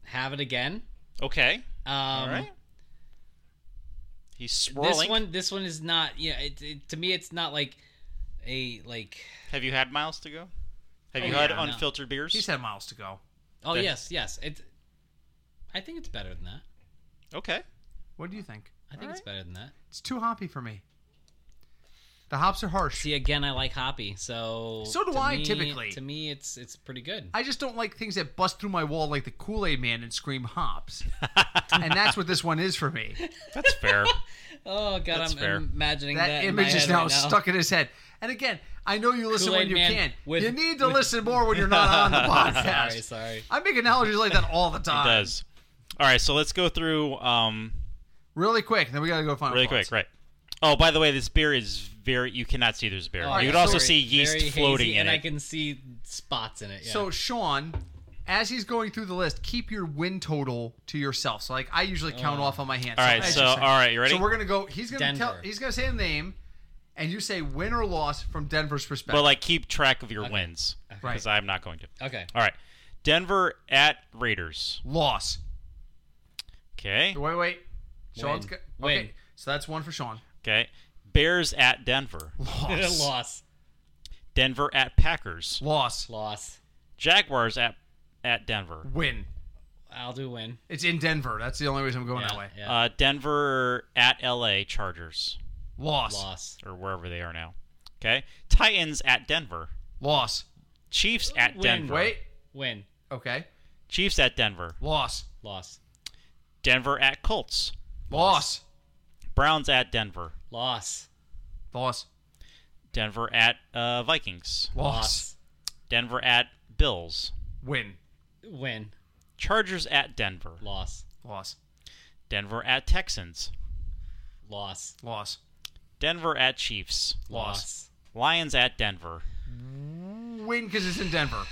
[SPEAKER 3] have it again.
[SPEAKER 1] Okay.
[SPEAKER 3] Um,
[SPEAKER 1] All right. He's swirling.
[SPEAKER 3] This one this one is not yeah. It, it, to me, it's not like a like.
[SPEAKER 1] Have you had miles to go? Have
[SPEAKER 3] Oh,
[SPEAKER 1] you had
[SPEAKER 3] yeah, no.
[SPEAKER 1] unfiltered beers?
[SPEAKER 2] He's had miles to go.
[SPEAKER 3] Oh
[SPEAKER 1] That-
[SPEAKER 3] yes, yes. It's. I think it's better than that.
[SPEAKER 1] okay.
[SPEAKER 2] What do you think?
[SPEAKER 3] I think it's better than that.
[SPEAKER 2] It's too hoppy for me. The hops are harsh.
[SPEAKER 3] See, again, I like hoppy, so
[SPEAKER 2] So do
[SPEAKER 3] to
[SPEAKER 2] I,
[SPEAKER 3] me-
[SPEAKER 2] typically.
[SPEAKER 3] To me, it's it's pretty good.
[SPEAKER 2] I just don't like things that bust through my wall like the Kool Aid Man and scream hops. and that's what this one is for me.
[SPEAKER 1] That's fair.
[SPEAKER 3] oh god,
[SPEAKER 1] That's
[SPEAKER 3] I'm,
[SPEAKER 1] fair.
[SPEAKER 3] I'm imagining that,
[SPEAKER 2] That
[SPEAKER 3] in my
[SPEAKER 2] image is
[SPEAKER 3] head
[SPEAKER 2] now
[SPEAKER 3] right
[SPEAKER 2] stuck in his head. And again, I know you listen
[SPEAKER 3] Kool-Aid
[SPEAKER 2] when you
[SPEAKER 3] Man
[SPEAKER 2] can.
[SPEAKER 3] with-
[SPEAKER 2] you need to listen more when you're not on the podcast.
[SPEAKER 3] Sorry, sorry.
[SPEAKER 2] I make analogies like that all the
[SPEAKER 1] It
[SPEAKER 2] time.
[SPEAKER 1] does. All right. So let's go through um,
[SPEAKER 2] Really quick, then we gotta go find
[SPEAKER 1] really quick. Right. Oh, by the way, this beer is very. You cannot see this beer.
[SPEAKER 3] Oh,
[SPEAKER 1] you
[SPEAKER 3] yeah,
[SPEAKER 1] can also
[SPEAKER 3] sorry.
[SPEAKER 1] see yeast
[SPEAKER 3] Very
[SPEAKER 1] floating
[SPEAKER 3] hazy,
[SPEAKER 1] in
[SPEAKER 3] and
[SPEAKER 1] it.
[SPEAKER 3] I can see spots in it. Yeah.
[SPEAKER 2] So Sean, as he's going through the list, keep your win total to yourself. So like I usually
[SPEAKER 3] Oh.
[SPEAKER 2] count off on my hand.
[SPEAKER 1] All right,
[SPEAKER 2] as
[SPEAKER 1] so-
[SPEAKER 2] you say-
[SPEAKER 1] all right, you ready?
[SPEAKER 2] So we're gonna go. He's gonna tell.
[SPEAKER 3] Denver.
[SPEAKER 2] He's gonna say a name, and you say win or loss from Denver's perspective.
[SPEAKER 1] but like, keep track of your wins because
[SPEAKER 2] Right.
[SPEAKER 1] I'm not going to.
[SPEAKER 3] okay,
[SPEAKER 1] All right. Denver at Raiders.
[SPEAKER 2] loss.
[SPEAKER 1] Okay.
[SPEAKER 2] Wait, wait. Sean's
[SPEAKER 3] Win.
[SPEAKER 2] go-
[SPEAKER 3] Win.
[SPEAKER 2] Okay, so that's one for Sean.
[SPEAKER 1] Okay. Bears at Denver.
[SPEAKER 2] Loss.
[SPEAKER 3] loss,
[SPEAKER 1] Denver at Packers.
[SPEAKER 2] Loss.
[SPEAKER 3] loss.
[SPEAKER 1] Jaguars at at Denver.
[SPEAKER 2] Win.
[SPEAKER 3] I'll do win.
[SPEAKER 2] It's in Denver. That's the only reason I'm going
[SPEAKER 3] Yeah,
[SPEAKER 2] that way.
[SPEAKER 3] yeah.
[SPEAKER 1] Uh, Denver at LA Chargers
[SPEAKER 2] Loss. Loss.
[SPEAKER 3] loss.
[SPEAKER 1] or wherever they are now. Okay. Titans at Denver. Chiefs at
[SPEAKER 3] Win.
[SPEAKER 1] Denver.
[SPEAKER 2] Wait.
[SPEAKER 3] Win.
[SPEAKER 2] Okay.
[SPEAKER 1] Chiefs at Denver.
[SPEAKER 2] Loss.
[SPEAKER 3] Loss.
[SPEAKER 1] Denver at Colts.
[SPEAKER 2] Loss.
[SPEAKER 1] Browns at Denver.
[SPEAKER 3] Loss.
[SPEAKER 2] Loss.
[SPEAKER 1] Denver at uh, Vikings.
[SPEAKER 2] Loss.
[SPEAKER 1] Denver at Bills.
[SPEAKER 2] Win.
[SPEAKER 3] Win.
[SPEAKER 1] Chargers at Denver.
[SPEAKER 3] Loss.
[SPEAKER 2] Loss.
[SPEAKER 1] Denver at Texans.
[SPEAKER 3] Loss.
[SPEAKER 2] Loss.
[SPEAKER 1] Denver at Chiefs.
[SPEAKER 3] Loss.
[SPEAKER 1] Lions at Denver.
[SPEAKER 2] Win because it's in Denver.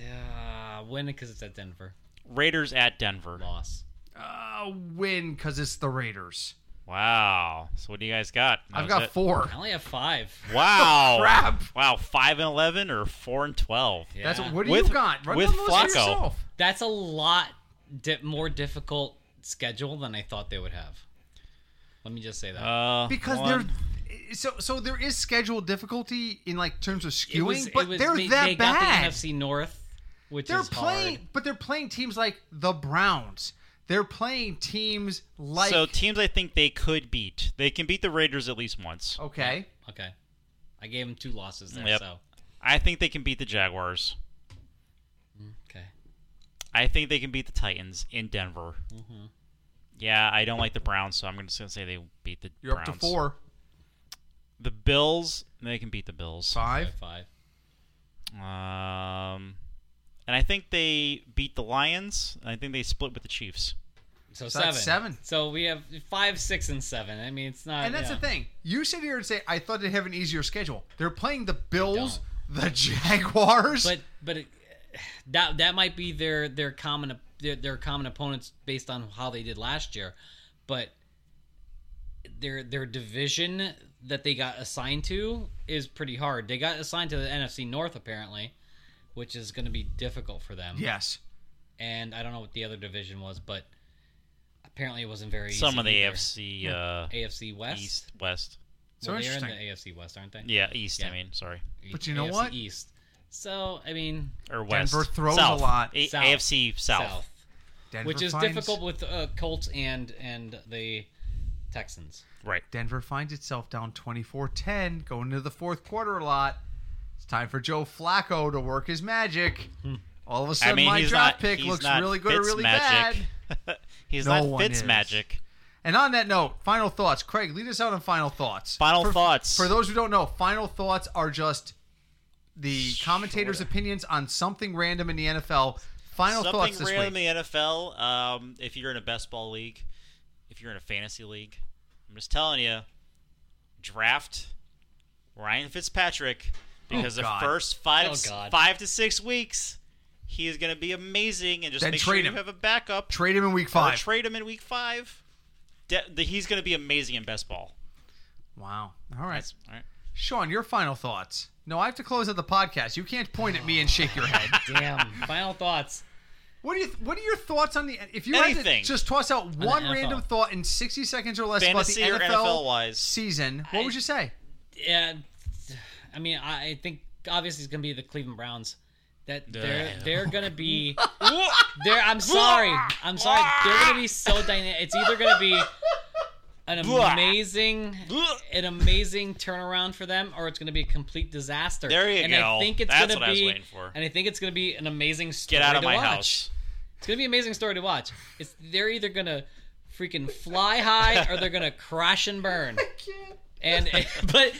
[SPEAKER 3] Yeah, win because it's at Denver.
[SPEAKER 1] Raiders at Denver.
[SPEAKER 3] Loss.
[SPEAKER 2] Uh, win because it's the Raiders.
[SPEAKER 1] Wow. So what do you guys got? That
[SPEAKER 2] I've
[SPEAKER 1] was
[SPEAKER 2] got
[SPEAKER 1] it.
[SPEAKER 2] four.
[SPEAKER 3] I only have five.
[SPEAKER 1] Wow.
[SPEAKER 2] Crap.
[SPEAKER 1] Wow. Five and eleven or four and twelve.
[SPEAKER 3] Yeah.
[SPEAKER 2] That's what do
[SPEAKER 1] With-
[SPEAKER 2] you got? Run
[SPEAKER 1] with
[SPEAKER 2] down the list
[SPEAKER 1] Flacco.
[SPEAKER 2] yourself.
[SPEAKER 3] That's a lot di- more difficult schedule than I thought they would have. Let me just say that.
[SPEAKER 1] Uh,
[SPEAKER 2] because
[SPEAKER 1] one-
[SPEAKER 2] they're so so. There is schedule difficulty in like terms of
[SPEAKER 3] It
[SPEAKER 2] skewing,
[SPEAKER 3] was- it
[SPEAKER 2] but
[SPEAKER 3] was-
[SPEAKER 2] they're
[SPEAKER 3] they,
[SPEAKER 2] that
[SPEAKER 3] they
[SPEAKER 2] bad.
[SPEAKER 3] Got the NFC North, which
[SPEAKER 2] they're
[SPEAKER 3] is
[SPEAKER 2] playing,
[SPEAKER 3] hard.
[SPEAKER 2] but they're playing teams like the Browns. They're playing teams like
[SPEAKER 1] so teams I think they could beat. They can beat the Raiders at least once.
[SPEAKER 2] okay,
[SPEAKER 3] Okay, I gave them two losses there.
[SPEAKER 1] Yep.
[SPEAKER 3] So
[SPEAKER 1] I think they can beat the Jaguars.
[SPEAKER 3] okay,
[SPEAKER 1] I think they can beat the Titans in Denver.
[SPEAKER 2] Mm-hmm.
[SPEAKER 1] Yeah, I don't like the Browns, so I'm just gonna say they beat the
[SPEAKER 2] you're
[SPEAKER 1] Browns.
[SPEAKER 2] up to four,
[SPEAKER 1] The Bills, they can beat the Bills.
[SPEAKER 3] I
[SPEAKER 2] five.
[SPEAKER 3] have five.
[SPEAKER 1] Um, and I think they beat the Lions. and I think they split with the Chiefs.
[SPEAKER 3] So,
[SPEAKER 2] So
[SPEAKER 3] seven.
[SPEAKER 2] that's seven.
[SPEAKER 3] So we have five, six, and seven. I mean, it's not.
[SPEAKER 2] And that's
[SPEAKER 3] yeah.
[SPEAKER 2] the thing. You sit here and say, "I thought they'd have an easier schedule." They're playing the Bills, the Jaguars.
[SPEAKER 3] But but it, that that might be their their common op- their, their common opponents based on how they did last year, but their their division that they got assigned to is pretty hard. They got assigned to the NFC North apparently, which is going to be difficult for them.
[SPEAKER 2] yes,
[SPEAKER 3] And I don't know what the other division was, but apparently it wasn't very
[SPEAKER 1] Some
[SPEAKER 3] easy
[SPEAKER 1] of the
[SPEAKER 3] either.
[SPEAKER 1] AFC uh,
[SPEAKER 3] AFC West.
[SPEAKER 1] East West.
[SPEAKER 2] So
[SPEAKER 3] well, they're in the
[SPEAKER 2] interesting.
[SPEAKER 3] AFC West, aren't they? E-
[SPEAKER 1] Yeah, East. I
[SPEAKER 3] Yeah.
[SPEAKER 1] mean, sorry,
[SPEAKER 2] But you know
[SPEAKER 3] AFC
[SPEAKER 2] what?
[SPEAKER 3] East. So I mean,
[SPEAKER 1] or West.
[SPEAKER 2] Denver throws a
[SPEAKER 1] South.
[SPEAKER 2] lot.
[SPEAKER 1] A-
[SPEAKER 3] South.
[SPEAKER 1] AFC South.
[SPEAKER 3] South,
[SPEAKER 2] Denver
[SPEAKER 3] which is
[SPEAKER 2] finds-
[SPEAKER 3] difficult with uh, Colts and and the Texans.
[SPEAKER 1] Right.
[SPEAKER 2] Denver finds itself down 24-10, going into the fourth quarter a lot. It's time for Joe Flacco to work his magic. All of a
[SPEAKER 1] Hmm.
[SPEAKER 2] sudden,
[SPEAKER 1] I mean,
[SPEAKER 2] my
[SPEAKER 1] he's
[SPEAKER 2] draft
[SPEAKER 1] not.
[SPEAKER 2] pick
[SPEAKER 1] he's
[SPEAKER 2] looks
[SPEAKER 1] not
[SPEAKER 2] really good or
[SPEAKER 1] Fitz
[SPEAKER 2] really
[SPEAKER 1] magic.
[SPEAKER 2] bad.
[SPEAKER 1] bad. he's
[SPEAKER 2] No
[SPEAKER 1] not
[SPEAKER 2] one
[SPEAKER 1] Fitz
[SPEAKER 2] is.
[SPEAKER 1] magic.
[SPEAKER 2] And on that note, final thoughts. Craig, lead us out on final thoughts.
[SPEAKER 1] Final
[SPEAKER 2] For-
[SPEAKER 1] thoughts.
[SPEAKER 2] For those who don't know, final thoughts are just the commentators' opinions on something random in the NFL. Final
[SPEAKER 1] Something
[SPEAKER 2] thoughts this
[SPEAKER 1] random
[SPEAKER 2] week.
[SPEAKER 1] in the NFL. Um, if you're in a best ball league, if you're in a fantasy league, I'm just telling you, draft Ryan Fitzpatrick because the
[SPEAKER 2] God.
[SPEAKER 1] first five
[SPEAKER 3] Oh, God.
[SPEAKER 1] five to six weeks, he is going to be amazing, and just
[SPEAKER 2] Then
[SPEAKER 1] make sure
[SPEAKER 2] trade
[SPEAKER 1] you
[SPEAKER 2] him.
[SPEAKER 1] have a backup.
[SPEAKER 2] Trade him in week
[SPEAKER 1] Or
[SPEAKER 2] five.
[SPEAKER 1] trade him in week five. De- the, he's going to be amazing in best ball.
[SPEAKER 2] wow. All right.
[SPEAKER 1] That's all right.
[SPEAKER 2] Sean, your final thoughts. No, I have to close out the podcast. You can't point at me and shake your head.
[SPEAKER 3] Damn. Final thoughts.
[SPEAKER 2] What are you? What are your thoughts on the? If you had to
[SPEAKER 1] Anything.
[SPEAKER 2] just toss out one
[SPEAKER 3] NFL.
[SPEAKER 2] random thought in sixty seconds or less
[SPEAKER 1] fantasy or
[SPEAKER 2] about the NFL,
[SPEAKER 1] NFL wise.
[SPEAKER 2] season, what would you say?
[SPEAKER 3] Yeah, I mean, I I think obviously it's gonna be the Cleveland Browns. That they're
[SPEAKER 1] Yeah.
[SPEAKER 3] they're gonna be. They're. I'm sorry. I'm sorry. They're gonna be so dynamic. It's either gonna be an amazing, an amazing turnaround for them, or it's gonna be a complete disaster.
[SPEAKER 1] There you
[SPEAKER 3] and
[SPEAKER 1] go.
[SPEAKER 3] I think it's
[SPEAKER 1] That's
[SPEAKER 3] gonna
[SPEAKER 1] what I was
[SPEAKER 3] be,
[SPEAKER 1] waiting for.
[SPEAKER 3] And I think it's gonna be an amazing story
[SPEAKER 1] Get out of
[SPEAKER 3] to
[SPEAKER 1] my
[SPEAKER 3] watch.
[SPEAKER 1] house.
[SPEAKER 3] It's gonna be an amazing story to watch. It's they're either gonna freaking fly high or they're gonna crash and burn. And but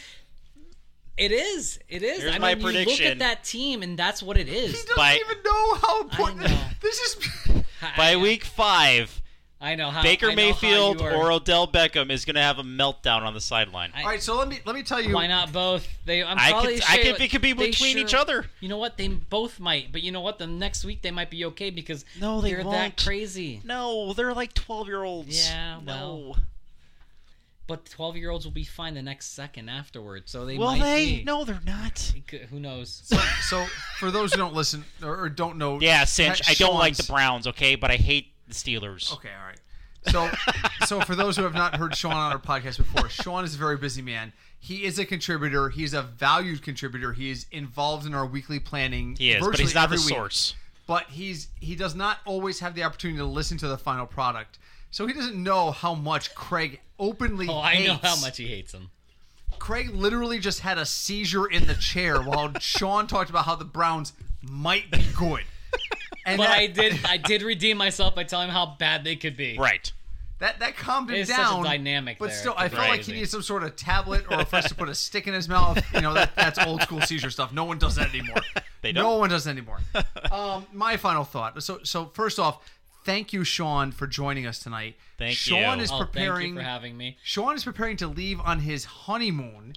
[SPEAKER 3] it is, it is.
[SPEAKER 1] Here's
[SPEAKER 3] I mean,
[SPEAKER 1] my
[SPEAKER 3] You look
[SPEAKER 1] prediction.
[SPEAKER 3] at that team, and that's what it
[SPEAKER 2] He
[SPEAKER 3] is.
[SPEAKER 2] doesn't
[SPEAKER 1] By-
[SPEAKER 2] even know how important
[SPEAKER 3] know.
[SPEAKER 2] this is.
[SPEAKER 3] I-
[SPEAKER 1] By week five,
[SPEAKER 3] I know how I
[SPEAKER 1] Baker
[SPEAKER 3] know how
[SPEAKER 1] Mayfield
[SPEAKER 3] you are-
[SPEAKER 1] or Odell Beckham is going to have a meltdown on the sideline.
[SPEAKER 3] I-
[SPEAKER 2] All right, so let me let me tell you.
[SPEAKER 3] Why not both? They, I'm
[SPEAKER 1] I
[SPEAKER 3] probably
[SPEAKER 1] could, I
[SPEAKER 3] sure
[SPEAKER 1] could, it could be
[SPEAKER 3] they
[SPEAKER 1] between
[SPEAKER 3] sure-
[SPEAKER 1] each other.
[SPEAKER 3] You know what? They both might, but you know what? The next week they might be okay because
[SPEAKER 1] No, they
[SPEAKER 3] are
[SPEAKER 1] won't.
[SPEAKER 3] that crazy.
[SPEAKER 1] No, they're like twelve-year-olds.
[SPEAKER 3] Yeah,
[SPEAKER 1] no.
[SPEAKER 3] well, But twelve year olds will be fine the next second afterward, so they
[SPEAKER 1] Will
[SPEAKER 3] might
[SPEAKER 1] they?
[SPEAKER 3] be.
[SPEAKER 1] No, they're not.
[SPEAKER 3] It could- Who knows?
[SPEAKER 2] So for those who don't listen or, or don't know,
[SPEAKER 1] Yeah, Cinch, I don't like the
[SPEAKER 2] Sean's-
[SPEAKER 1] Browns, okay, but I hate the Steelers.
[SPEAKER 2] Okay, all right. So, so for those who have not heard Sean on our podcast before, Sean is a very busy man. He is a contributor. He's a valued contributor. He is involved in our weekly planning.
[SPEAKER 1] He is, but
[SPEAKER 2] virtually
[SPEAKER 1] he's not the
[SPEAKER 2] every week.
[SPEAKER 1] source.
[SPEAKER 2] but he's he does not always have the opportunity to listen to the final product. So he doesn't know how much Craig openly
[SPEAKER 3] Oh, I know
[SPEAKER 2] hates.
[SPEAKER 3] how much he hates them.
[SPEAKER 2] Craig literally just had a seizure in the chair while Sean talked about how the Browns might be good. And
[SPEAKER 3] But
[SPEAKER 2] that,
[SPEAKER 3] I did I did redeem myself by telling him how bad they could be.
[SPEAKER 1] Right.
[SPEAKER 2] that that calmed him
[SPEAKER 3] It's such a
[SPEAKER 2] down.
[SPEAKER 3] dynamic
[SPEAKER 2] But
[SPEAKER 3] there.
[SPEAKER 2] still I
[SPEAKER 3] It's
[SPEAKER 2] felt like he
[SPEAKER 3] crazy.
[SPEAKER 2] needed some sort of tablet or for us to put a stick in his mouth. You know, that that's old school seizure stuff. No one does that anymore.
[SPEAKER 1] They
[SPEAKER 2] No
[SPEAKER 1] don't.
[SPEAKER 2] one does that anymore. um, my final thought. So, so first off, thank you, Sean, for joining us tonight.
[SPEAKER 1] Thank
[SPEAKER 2] Sean
[SPEAKER 1] you.
[SPEAKER 2] is
[SPEAKER 3] Oh, thank
[SPEAKER 2] preparing.
[SPEAKER 3] you for having me.
[SPEAKER 2] Sean is preparing to leave on his honeymoon,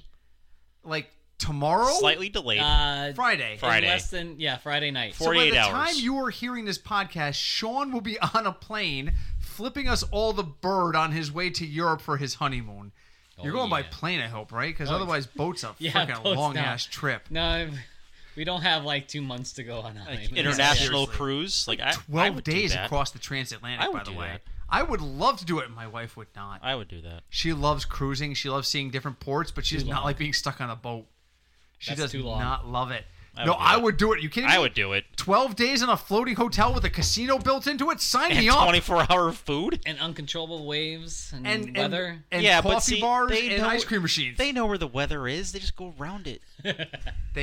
[SPEAKER 2] like tomorrow,
[SPEAKER 1] Slightly delayed.
[SPEAKER 3] Oh. Uh,
[SPEAKER 2] Friday.
[SPEAKER 1] Friday.
[SPEAKER 3] In less than yeah, Friday night.
[SPEAKER 2] So by
[SPEAKER 1] 48
[SPEAKER 2] the
[SPEAKER 1] hours.
[SPEAKER 2] time you are hearing this podcast, Sean will be on a plane, flipping us all the bird on his way to Europe for his honeymoon. You're
[SPEAKER 3] Oh,
[SPEAKER 2] going by
[SPEAKER 3] yeah.
[SPEAKER 2] plane, I hope, right?
[SPEAKER 1] Oh,
[SPEAKER 2] Because otherwise, boat's a
[SPEAKER 3] Yeah,
[SPEAKER 2] freaking
[SPEAKER 3] boat's
[SPEAKER 2] long
[SPEAKER 3] down.
[SPEAKER 2] ass trip.
[SPEAKER 3] no, we don't have like two months to go on. a honeymoon.
[SPEAKER 1] International
[SPEAKER 2] seriously.
[SPEAKER 1] cruise. Like, I, I
[SPEAKER 2] Twelve
[SPEAKER 1] would do
[SPEAKER 2] days
[SPEAKER 1] that.
[SPEAKER 2] across the transatlantic.
[SPEAKER 1] I would
[SPEAKER 2] by the
[SPEAKER 1] do
[SPEAKER 2] way,
[SPEAKER 1] that.
[SPEAKER 2] I would love to do it. My wife would not.
[SPEAKER 1] I would do that.
[SPEAKER 2] She loves cruising. She loves seeing different ports, but she does not
[SPEAKER 3] long.
[SPEAKER 2] like being stuck on a boat. She
[SPEAKER 3] That's
[SPEAKER 2] does
[SPEAKER 3] too long.
[SPEAKER 2] not love it.
[SPEAKER 1] I
[SPEAKER 2] no,
[SPEAKER 1] would do
[SPEAKER 2] I
[SPEAKER 1] it.
[SPEAKER 2] would do it. you kidding me?
[SPEAKER 1] I would do it.
[SPEAKER 2] Twelve days in a floating hotel with a casino built into it. Sign
[SPEAKER 1] And
[SPEAKER 2] me up.
[SPEAKER 1] 24 hour food?
[SPEAKER 3] and uncontrollable waves and,
[SPEAKER 2] and, and
[SPEAKER 3] weather.
[SPEAKER 2] and
[SPEAKER 1] Yeah, but
[SPEAKER 2] coffee
[SPEAKER 1] see,
[SPEAKER 2] bars
[SPEAKER 1] they
[SPEAKER 2] and
[SPEAKER 1] know-
[SPEAKER 2] ice cream machines. They,
[SPEAKER 1] They know where the weather is, they just go around it.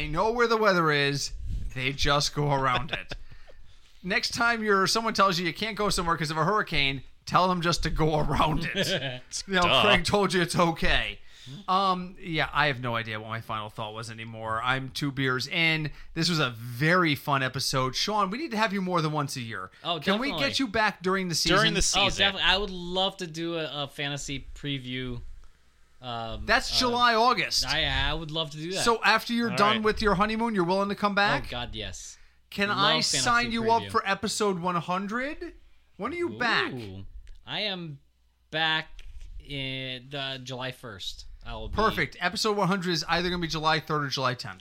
[SPEAKER 2] know where the weather is. They just go around it. Next time you're someone tells you you can't go somewhere because of a hurricane, tell them just to go around it. you know,
[SPEAKER 1] Duh.
[SPEAKER 2] Craig told you it's okay. Um, yeah, I have no idea what my final thought was anymore. I'm two beers in. This was a very fun episode, Sean. We need to have you more than once a year.
[SPEAKER 3] Oh,
[SPEAKER 2] can we
[SPEAKER 3] definitely.
[SPEAKER 2] get you back during the season?
[SPEAKER 1] During the season.
[SPEAKER 3] oh, definitely. I would love to do a, a fantasy preview. Um,
[SPEAKER 2] That's July, August.
[SPEAKER 3] I I would love to do that.
[SPEAKER 2] So after you're done
[SPEAKER 1] right.
[SPEAKER 2] with your honeymoon, you're willing to come
[SPEAKER 3] oh
[SPEAKER 2] back?
[SPEAKER 3] God, yes.
[SPEAKER 2] Can
[SPEAKER 3] Love
[SPEAKER 2] I
[SPEAKER 3] fantasy
[SPEAKER 2] sign you up
[SPEAKER 3] preview.
[SPEAKER 2] for episode 100? When are you back?
[SPEAKER 3] Ooh. I am back in the July first. I will be-
[SPEAKER 2] Perfect. Episode 100 is either going to be July 3rd or July 10th.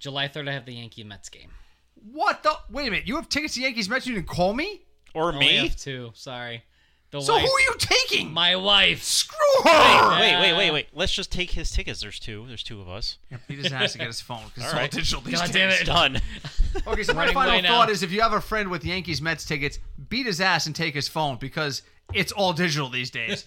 [SPEAKER 3] July third, I have the Yankee Mets game. Oh,
[SPEAKER 2] What the? Wait a minute. You have tickets to Yankees Mets. You didn't call me?
[SPEAKER 1] Or
[SPEAKER 3] Only
[SPEAKER 1] me?
[SPEAKER 3] have two. Sorry. The
[SPEAKER 2] So
[SPEAKER 3] wife,
[SPEAKER 2] who are you taking?
[SPEAKER 3] my wife.
[SPEAKER 2] Screw her.
[SPEAKER 3] Wait,
[SPEAKER 1] Oh, Wait, wait,
[SPEAKER 2] Uh.
[SPEAKER 1] wait, wait. Let's just take his tickets. There's two. There's two of us.
[SPEAKER 2] He just has to get his phone because it's
[SPEAKER 1] All
[SPEAKER 2] all
[SPEAKER 1] right.
[SPEAKER 2] digital these
[SPEAKER 3] God
[SPEAKER 2] days.
[SPEAKER 3] damn it.
[SPEAKER 1] Done.
[SPEAKER 2] Okay, so my
[SPEAKER 3] Running
[SPEAKER 2] final
[SPEAKER 3] away now.
[SPEAKER 2] thought is if you have a friend with Yankees Mets tickets, beat his ass and take his phone because it's all digital these days.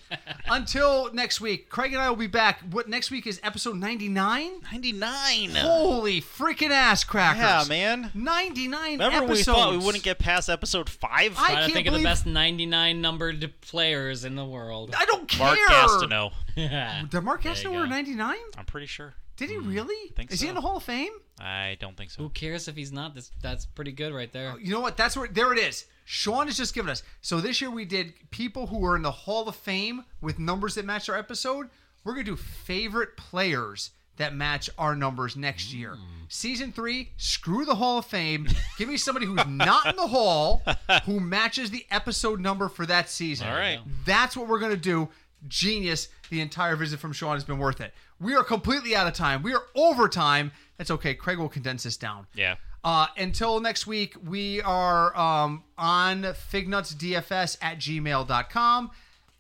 [SPEAKER 2] Until next week, Craig and I will be back. What next week is episode 99?
[SPEAKER 1] Ninety nine.
[SPEAKER 2] Holy freaking ass crackers.
[SPEAKER 1] Yeah, man.
[SPEAKER 2] 99
[SPEAKER 1] Remember when we
[SPEAKER 2] episodes.
[SPEAKER 1] thought we wouldn't get past episode five?
[SPEAKER 2] I
[SPEAKER 3] Trying
[SPEAKER 2] can't
[SPEAKER 3] to think of the
[SPEAKER 2] believe-
[SPEAKER 3] best 99 numbered players in the world.
[SPEAKER 2] I don't care.
[SPEAKER 1] Mark Gastineau.
[SPEAKER 2] Did Mark
[SPEAKER 3] you
[SPEAKER 2] Gastineau wear
[SPEAKER 3] go.
[SPEAKER 2] 99?
[SPEAKER 1] I'm pretty sure.
[SPEAKER 2] Did he really?
[SPEAKER 1] Mm-hmm. think
[SPEAKER 2] is he
[SPEAKER 1] so.
[SPEAKER 2] in the Hall of Fame?
[SPEAKER 1] I don't think so.
[SPEAKER 3] Who cares if he's not? That's, that's pretty good right there.
[SPEAKER 2] You know what? That's where there it is. Sean has just given us. So this year we did people who were in the Hall of Fame with numbers that match our episode. We're gonna do favorite players that match our numbers next
[SPEAKER 1] Mm.
[SPEAKER 2] year. Season three, screw the Hall of Fame. Give me somebody who's not in the Hall who matches the episode number for that season.
[SPEAKER 1] All right.
[SPEAKER 2] That's what we're going to do. Genius. The entire visit from Sean has been worth it. We are completely out of time. We are over time. That's okay. Craig will condense this down.
[SPEAKER 1] Yeah.
[SPEAKER 2] Uh, until next week, we are um, on fignutsdfs at gmail.com,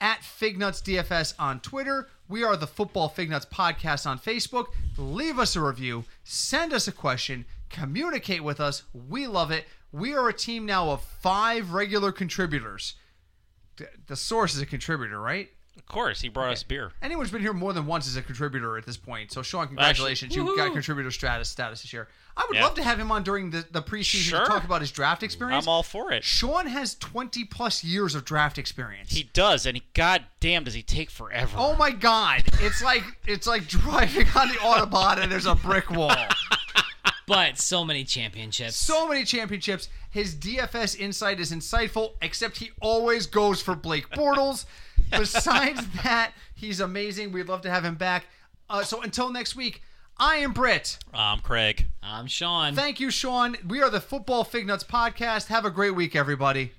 [SPEAKER 2] at fignutsdfs on Twitter. We are the Football Fignuts Podcast on Facebook. Leave us a review, send us a question, communicate with us. We love it. We are a team now of five regular contributors. D- The source is a contributor, right?
[SPEAKER 1] Of course, he brought us beer.
[SPEAKER 2] Anyone's been here more than once is a contributor at this point. So, Sean, congratulations. you got contributor status status this year. I would
[SPEAKER 1] Yeah.
[SPEAKER 2] love to have him on during the, the preseason to
[SPEAKER 1] Sure.
[SPEAKER 2] talk about his draft experience.
[SPEAKER 1] I'm all for it.
[SPEAKER 2] Sean has 20 plus years of draft experience.
[SPEAKER 1] He does, and he, goddamn, does he take forever.
[SPEAKER 2] oh my God. It's like it's like driving on the Autobahn and there's a brick wall.
[SPEAKER 3] But so many championships.
[SPEAKER 2] So many championships. His DFS insight is insightful, except he always goes for Blake Bortles. Besides that, he's amazing. We'd love to have him back. Uh, so until next week, I am Britt.
[SPEAKER 1] I'm Um, Craig.
[SPEAKER 3] I'm Sean.
[SPEAKER 2] Thank you, Sean. We are the Football Fig Nuts Podcast. Have a great week, everybody.